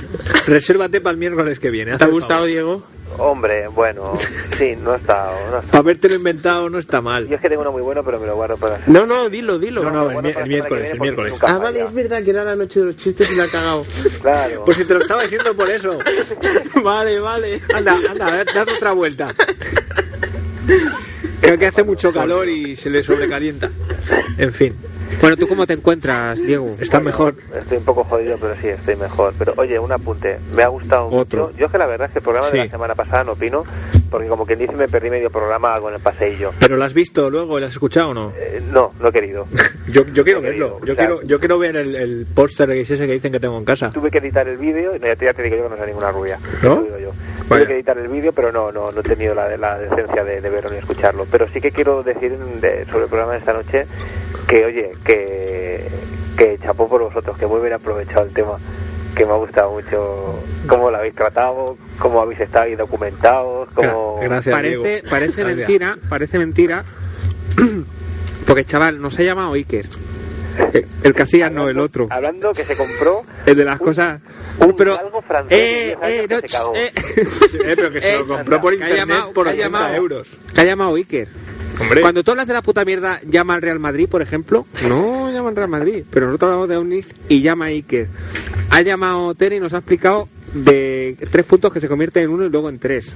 Resérvate para el miércoles que viene. ¿Te ha gustado, Diego? Hombre, bueno, sí, no está. No está. Para habértelo inventado no está mal. Yo es que tengo uno muy bueno, pero me lo guardo para. No, no, dilo, dilo. No, no, el, Bueno, para la mi- el semana que miércoles, el viene, miércoles. porque Ah, vale, ya. es verdad que era la noche de los chistes y la ha cagado. Claro. Pues si te lo estaba diciendo por eso. vale, vale. Anda, anda, date otra vuelta. Creo que hace mucho calor y se le sobrecalienta. En fin, Bueno, ¿tú cómo te encuentras, Diego? está mejor. Estoy un poco jodido, pero sí, estoy mejor. Pero oye, un apunte. Me ha gustado Otro. mucho. Yo es que la verdad es que el programa de Sí. la semana pasada no opino, porque como quien dice me perdí medio programa con el paseillo. ¿Pero lo has visto luego? ¿Lo has escuchado o no? Eh, no, no he querido. Yo, yo quiero Yo verlo. creo, Yo claro. quiero, yo quiero ver el, el póster que es ese que dicen que tengo en casa. Tuve que editar el vídeo, y no, ya te, ya te digo yo que no soy ninguna rubia. ¿No? Te digo yo. Vaya. Tuve que editar el vídeo, pero no, no, no he tenido la, la decencia de, de verlo ni escucharlo. Pero sí que quiero decir de- sobre el programa de esta noche que, oye, que, que chapó por vosotros, que muy bien aprovechado el tema, que me ha gustado mucho cómo lo habéis tratado, cómo habéis estado ahí documentados, cómo... Gra- Gracias, Parece, Diego. parece Gracias. mentira, parece mentira. Porque, chaval, nos ha llamado Iker. El- El Casillas no, el otro. Hablando que se compró... El de las un- cosas. Un pero. galgo francés de Eh, 10 años eh, no, que se cagó. eh. Eh, pero que se lo Eh, compró por que ha internet llamado, por que ha 80 llamado. euros. Que ha llamado Iker. Hombre. Cuando tú hablas de la puta mierda, llama al Real Madrid, por ejemplo. No llama al Real Madrid, pero nosotros hablamos de Unis y llama a Iker. Ha llamado Tere y nos ha explicado de tres puntos que se convierten en uno y luego en tres.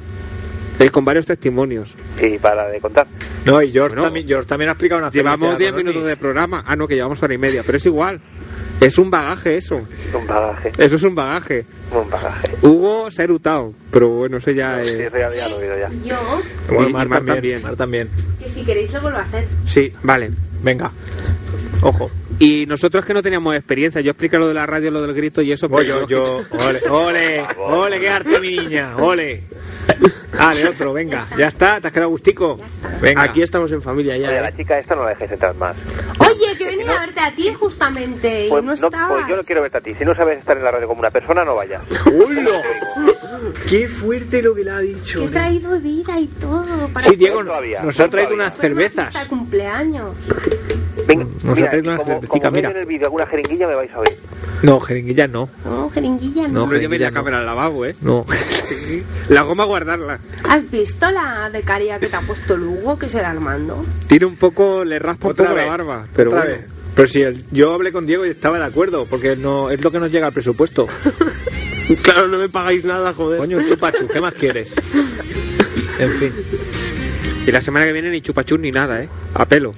Eh, Con varios testimonios. Sí, para de contar. No, y George, Bueno. también, George también ha explicado una Llevamos felicidad, 10 ¿no? minutos de programa. Ah, no, que llevamos hora y media, pero es igual. Es un bagaje eso. Un bagaje, Eso es un bagaje. un bagaje. Eh, Hugo se ha erutado, pero bueno, eso ya Sí, es... eso ya- ya lo he oído ya. Yo, Bueno, Y- y Mar, Mar también, también. Mar también. que si queréis lo vuelvo a hacer. Sí, Vale. venga. Ojo. Y nosotros que no teníamos experiencia, yo expliqué lo de la radio, lo del grito y eso. Voy pero yo, yo. Ole, ole, ole, qué arte, mi niña. Ole. Vale, otro, venga. Ya está, te has quedado gustico. Venga. Aquí estamos en familia ya. Oye, ¿eh? la chica esta no la dejéis entrar más. Oye, que venía a verte a ti justamente y Pues, no no- pues estabas. yo lo quiero verte a ti. Si no sabes estar en la radio como una persona, no vayas. ¡Ulo! ¡Qué fuerte lo que le ha Que dicho! he traído bebida y todo para Sí, Diego, Todavía, nos ha traído todavía. unas Fue una fiesta cervezas. de cumpleaños. Venga, Nos ha mira, traído y una como, cervecita, como veis mira. en el vídeo alguna jeringuilla me vais a oír. No, jeringuillas no. No, jeringuilla No, no. Hombre, yo veía la Ya no. cámara al lavabo, ¿eh? No. La goma guardarla. ¿Has visto la becaria que te ha puesto Lugo, que es el Armando? Tiene un poco, le raspa un Otra poco vez. la Pues barba. Pero Otra bueno. vez. Pero si el- yo hablé con Diego y estaba de acuerdo, porque no es lo que nos llega al presupuesto. Claro, no me pagáis nada, joder. Coño, un chupachu, ¿qué más quieres? En fin. Y la semana que viene ni chupachus ni nada, ¿eh? A pelo.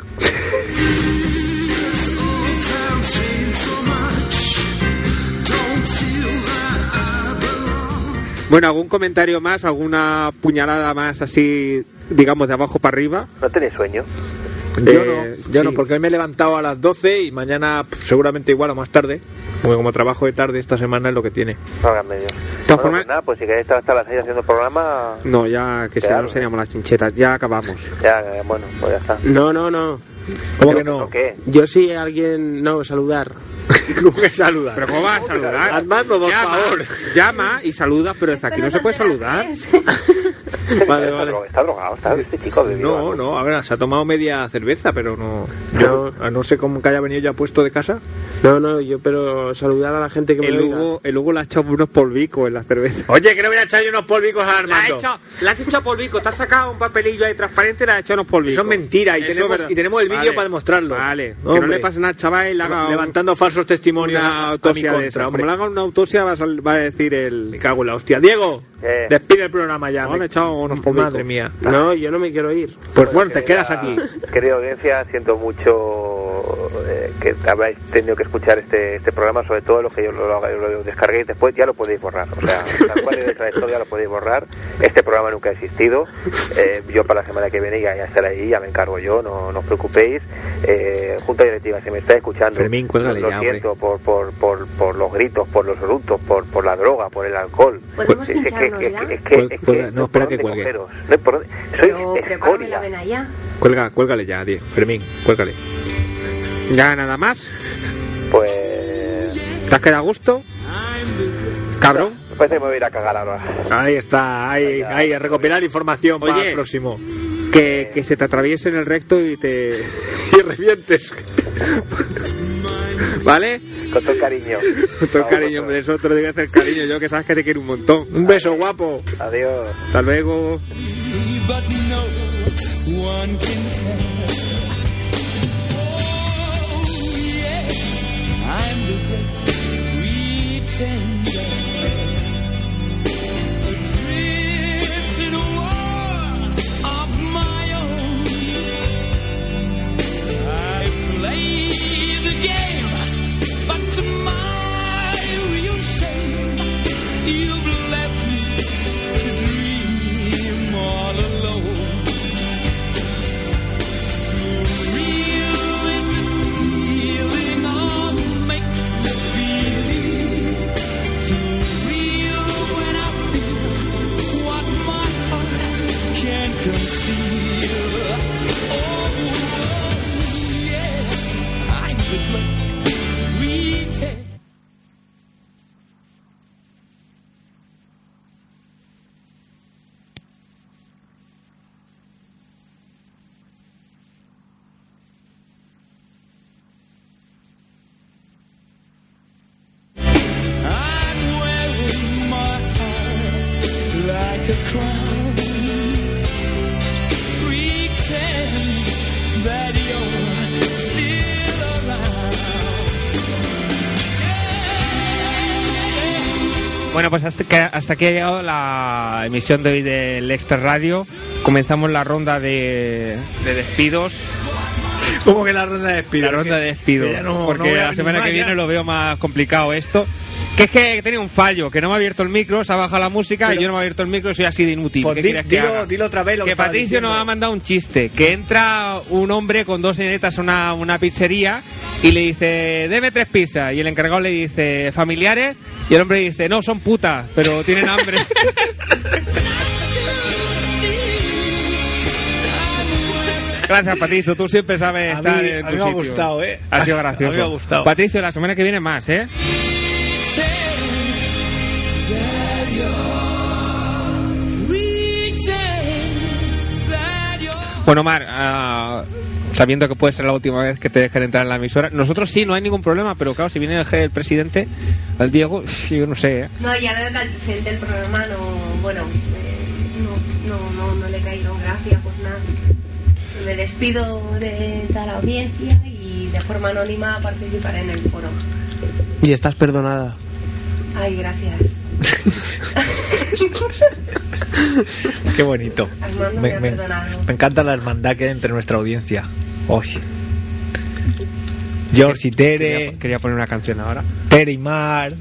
Bueno, ¿algún comentario más? ¿Alguna puñalada más así, digamos, de abajo para arriba? No tenéis sueño. Yo Eh, no, yo sí. no, porque hoy me he levantado a las 12 y mañana pff, seguramente igual o más tarde. Porque como trabajo de tarde esta semana es lo que tiene. No hagan medio. todas Bueno, formas- pues nada, pues si queréis estar hasta las 6 haciendo programa, No, ya que si no Claro. nos seríamos las chinchetas, ya acabamos. ya, eh, bueno, pues ya está. No, no, no. ¿Cómo que no? ¿Qué? Yo sí alguien... No, saludar. ¿Cómo que saluda? Pero ¿cómo vas a saludar? Armando, por llama, favor. Llama y saluda, pero Pues desde aquí no se puede saludar. Vale, está, vale. dro- está drogado, está este chico bebido No, algo. no, a ver, se ha tomado media cerveza, pero no. Yo a no sé cómo que haya venido ya puesto de casa. No, no, yo pero saludar a la gente que El me oiga. Hugo, el Hugo le ha echado unos polvicos en la cerveza. Oye, que no voy a echar yo unos polvicos a Armando. La, has hecho- la has echado polvico, te has sacado un papelillo ahí transparente y le has echado unos polvicos. Eso es mentira, y Eso es tenemos- verdad. y tenemos el vídeo para demostrarlo. Vale, que no Hombre. le pase nada al chaval y le haga un- Levantando falsos testimonios una a mi autopsia de contra, esa. hombre. Como le haga una autopsia va a, sal- va a decir Me el... cago en la hostia. Diego, Eh. despide el programa ya. No, Me- le he echado unos Ah. polvicos. Madre mía. No, yo no me quiero ir. Pues bueno, te Querida- quedas aquí. Querida audiencia, siento mucho eh, que habráis tenido que escuchar este, este programa, sobre todo los que yo lo, lo- lo descargué y después ya lo podéis borrar. O sea, tal cual es la historia, lo podéis borrar. Este programa nunca ha existido. Eh, yo para la semana que viene ya, ya estaré ahí, ya me encargo yo, no, no os preocupéis. Eh, Junta Directiva, si me está escuchando, Fermín, cuélgale lo ya, hombre. siento por, por, por, por los gritos, por los eructos, por, por la droga, por el alcohol. Pues ¿Podemos Es que- pincharnos es que- ya? es que- es que- Cuel- cuelga- es no, por espera dónde que cuelgue. cogeros, no es por dónde- sois Pero prepárame escoria. la vena ya. Cuelga, cuélgale ya, Diego. Fermín, cuélgale. Ya nada más. Pues. ¿Te has quedado a gusto? Cabrón. Me parece que me voy a ir a cagar ahora. Ahí está, ahí, ahí, a recopilar información para Oye. el próximo. Que, que se te atraviese en el recto y te... Y revientes. ¿Vale? Con todo el cariño. Con todo el cariño, hombre, eso te lo digo hacer cariño yo, que sabes que te quiero un montón. Un beso, guapo. Adiós. Hasta luego. but no one can tell. Oh, yes, I'm the great pretender. Adrift in a world of my own. I play the game, but to my real shame, you've left me to dream all alone. Real is this feeling of make believe. Too real when I feel what my heart can't conceal. Oh, yes, I'm the great pretender. I'm wearing my heart like a crown. Pretend that you're still around. Bueno, pues hasta, que- hasta aquí ha llegado la emisión de hoy del Extra Radio. Comenzamos la ronda de, de despidos. ¿Cómo que la ronda de despido? La ronda de despidos. Que ya no- no porque voy a la semana animar que ya. viene lo veo más complicado esto. Que es que he tenido un fallo, que no me ha abierto el micro, se ha bajado la música Pero- y yo no me he abierto el micro, soy así de inútil. Pues ¿Qué di- quieres que dilo- haga? dilo otra vez lo que que estaba Patricio diciendo. nos ha mandado un chiste, que entra un hombre con dos señoritas a una, una pizzería y le dice, deme tres pizzas. Y el encargado le dice, familiares. Y el hombre dice, no, son putas, pero tienen hambre. Gracias, Patricio. Tú siempre sabes A mí- estar en a tu mí me ha sitio. gustado, ¿eh? Ha sido A gracioso. mí me ha gustado. Patricio, la semana que viene más, ¿eh? Pretend that you're. Bueno, Mar, ah, sabiendo que puede ser la última vez que te dejen entrar en la emisora, nosotros sí, no hay ningún problema, pero claro, si viene el, je- el presidente, al Diego, yo no sé, ¿eh? No, ya veo que al presidente del programa no. Bueno, eh, no, no, no, no le caído gracia, pues nada. Me despido de la audiencia y de forma anónima participaré en el foro. Y estás perdonada. Ay, gracias. Qué bonito. Armando me ha perdonado. me encanta la hermandad que hay entre nuestra audiencia. Oye. George y Tere, Quería, quería poner una canción ahora. Tere y Mar,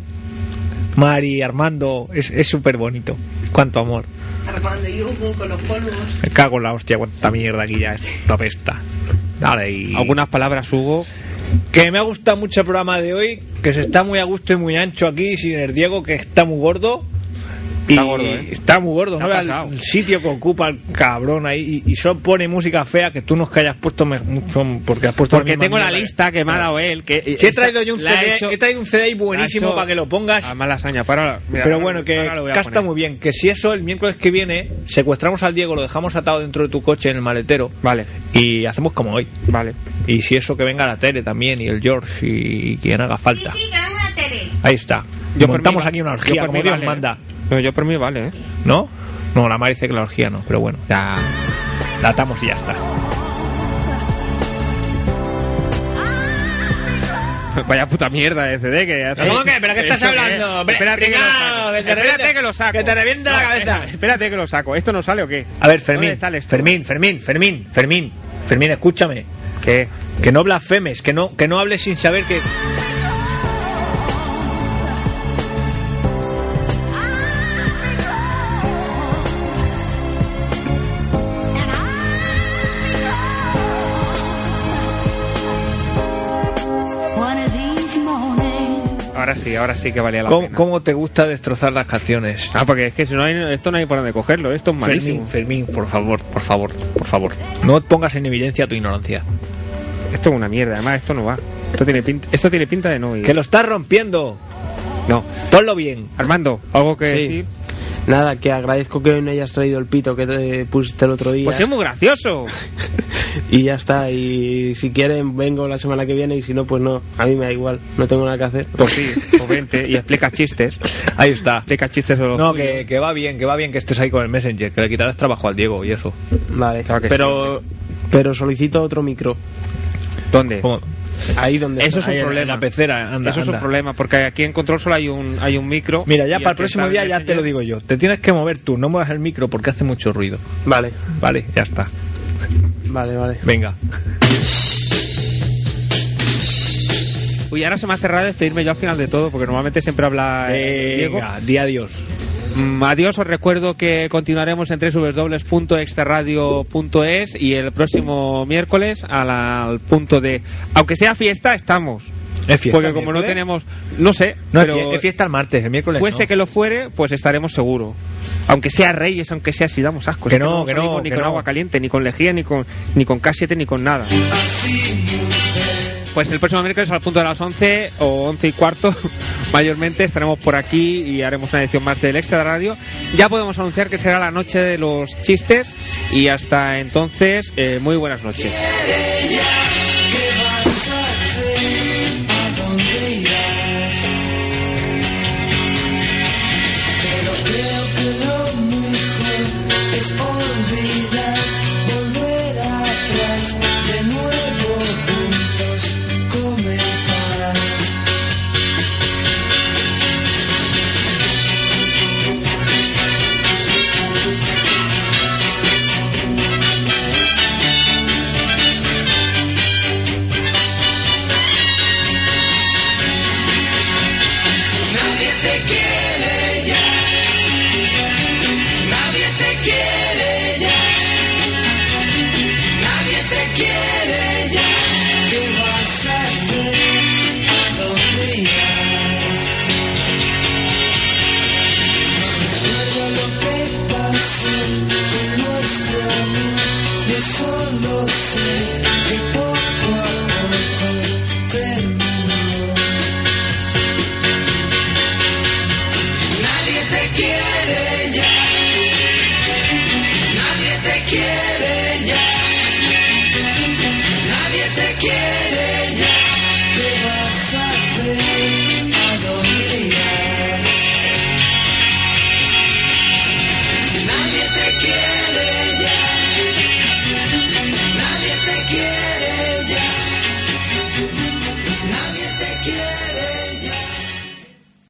Mari y Armando. Es súper bonito. Cuánto amor. Armando y Hugo con los polvos. Me cago en la hostia, cuánta mierda aquí ya. Esta pesta. Dale y... Algunas palabras, Hugo. Que me ha gustado mucho el programa de hoy, que se está muy a gusto y muy ancho aquí, sin el Diego, que está muy gordo. Está gordo, ¿eh? Está muy gordo, ¿no? Está El- pasado. El sitio que ocupa el cabrón ahí y, y solo pone música fea que tú no es que hayas puesto me- mucho porque has puesto Porque misma tengo la mierda. ¿eh? lista que me ha dado él. Que, Sí, he traído yo un la he CD, hecho- he traído un CD buenísimo la ha hecho para que lo pongas. A mala hazaña, para. mira, Pero ahora- bueno, que ahora lo voy a casta poner. muy bien. Que si eso, el miércoles que viene, secuestramos al Diego, lo dejamos atado dentro de tu coche en el maletero. Vale, Y hacemos como hoy. vale. Y si eso, que venga la Tere también, y el George, y quien haga Sí, falta. sí, que venga la tele. Ahí está. Yo por Montamos mí va- aquí una yo orgía, por como mí Dios vale, manda. ¿eh? No, yo por mí vale, ¿eh? ¿No? No, la madre dice que la orgía no, pero bueno, ya la atamos y ya está. Vaya puta mierda de CD que hace. ¿Cómo que? ¿Pero qué estás Esto hablando? Hombre, Espérate que, lo pringao, saco. que te espérate reviente- que lo saco. que te revienta la No, cabeza. espera, Espérate que lo saco. ¿Esto no sale o qué? A ¿Dónde ver, Fermín, está el esto? Fermín, Fermín, Fermín, Fermín, Fermín, escúchame. ¿Qué? Que no blasfemes, que no, que no hables sin saber que... Ahora sí, ahora sí que valía la ¿Cómo, pena. cómo te gusta destrozar las canciones? Ah, porque es que si no hay, esto no hay por dónde cogerlo. Esto es malísimo. Fermín, Fermín, por favor, por favor, por favor. No pongas en evidencia tu ignorancia. Esto es una mierda. Además, esto no va. Esto tiene pinta, esto tiene pinta de no ir. Que lo estás rompiendo. No. Ponlo bien. Armando, ¿algo que Sí. decir? Nada, que agradezco que hoy no hayas traído el pito que te pusiste el otro día. Pues es muy gracioso. Y ya está, y si quieren vengo la semana que viene y si no, pues no, a mí me da igual, no tengo nada que hacer. Pues sí, pues vente y explica chistes. Ahí está. Explica chistes de los No, tuyos. que, que va bien, que va bien que estés ahí con el Messenger, que le quitarás trabajo al Diego y eso. Vale, Claro que pero, pero solicito otro micro, ¿Dónde? Como- ahí donde Eso es un Ahí en- problema. en la pecera, anda, Eso es un anda. problema, porque aquí en Control solo hay un, hay un micro. Mira, ya y para el aquí próximo está día el ya te lo messenger. digo yo. Te tienes que mover tú, no muevas el micro porque hace mucho ruido. Vale, Vale, ya está. vale, vale. Venga. Uy, ahora se me ha cerrado despedirme yo al final de todo, porque normalmente siempre habla eh, Diego. Venga, di adiós. Mm, adiós, os recuerdo que continuaremos en www.extraradio.es y el próximo miércoles a la- al punto de... Aunque sea fiesta, estamos. Es fiesta. porque como no ¿miércoles? tenemos... No sé, No, es pero... fie- es fiesta el martes, el miércoles. fuese no. que lo fuere, pues estaremos seguros. Aunque sea Reyes, aunque sea si damos asco. Que es no, que no, salimos ni que con no. agua caliente, ni con lejía, ni con, ni con K7, ni con nada. Pues el próximo miércoles al punto de las 11 o 11 y cuarto, mayormente estaremos por aquí y haremos una edición más del Extra Radio. Ya podemos anunciar que será la noche de los chistes y hasta entonces, eh, muy buenas noches.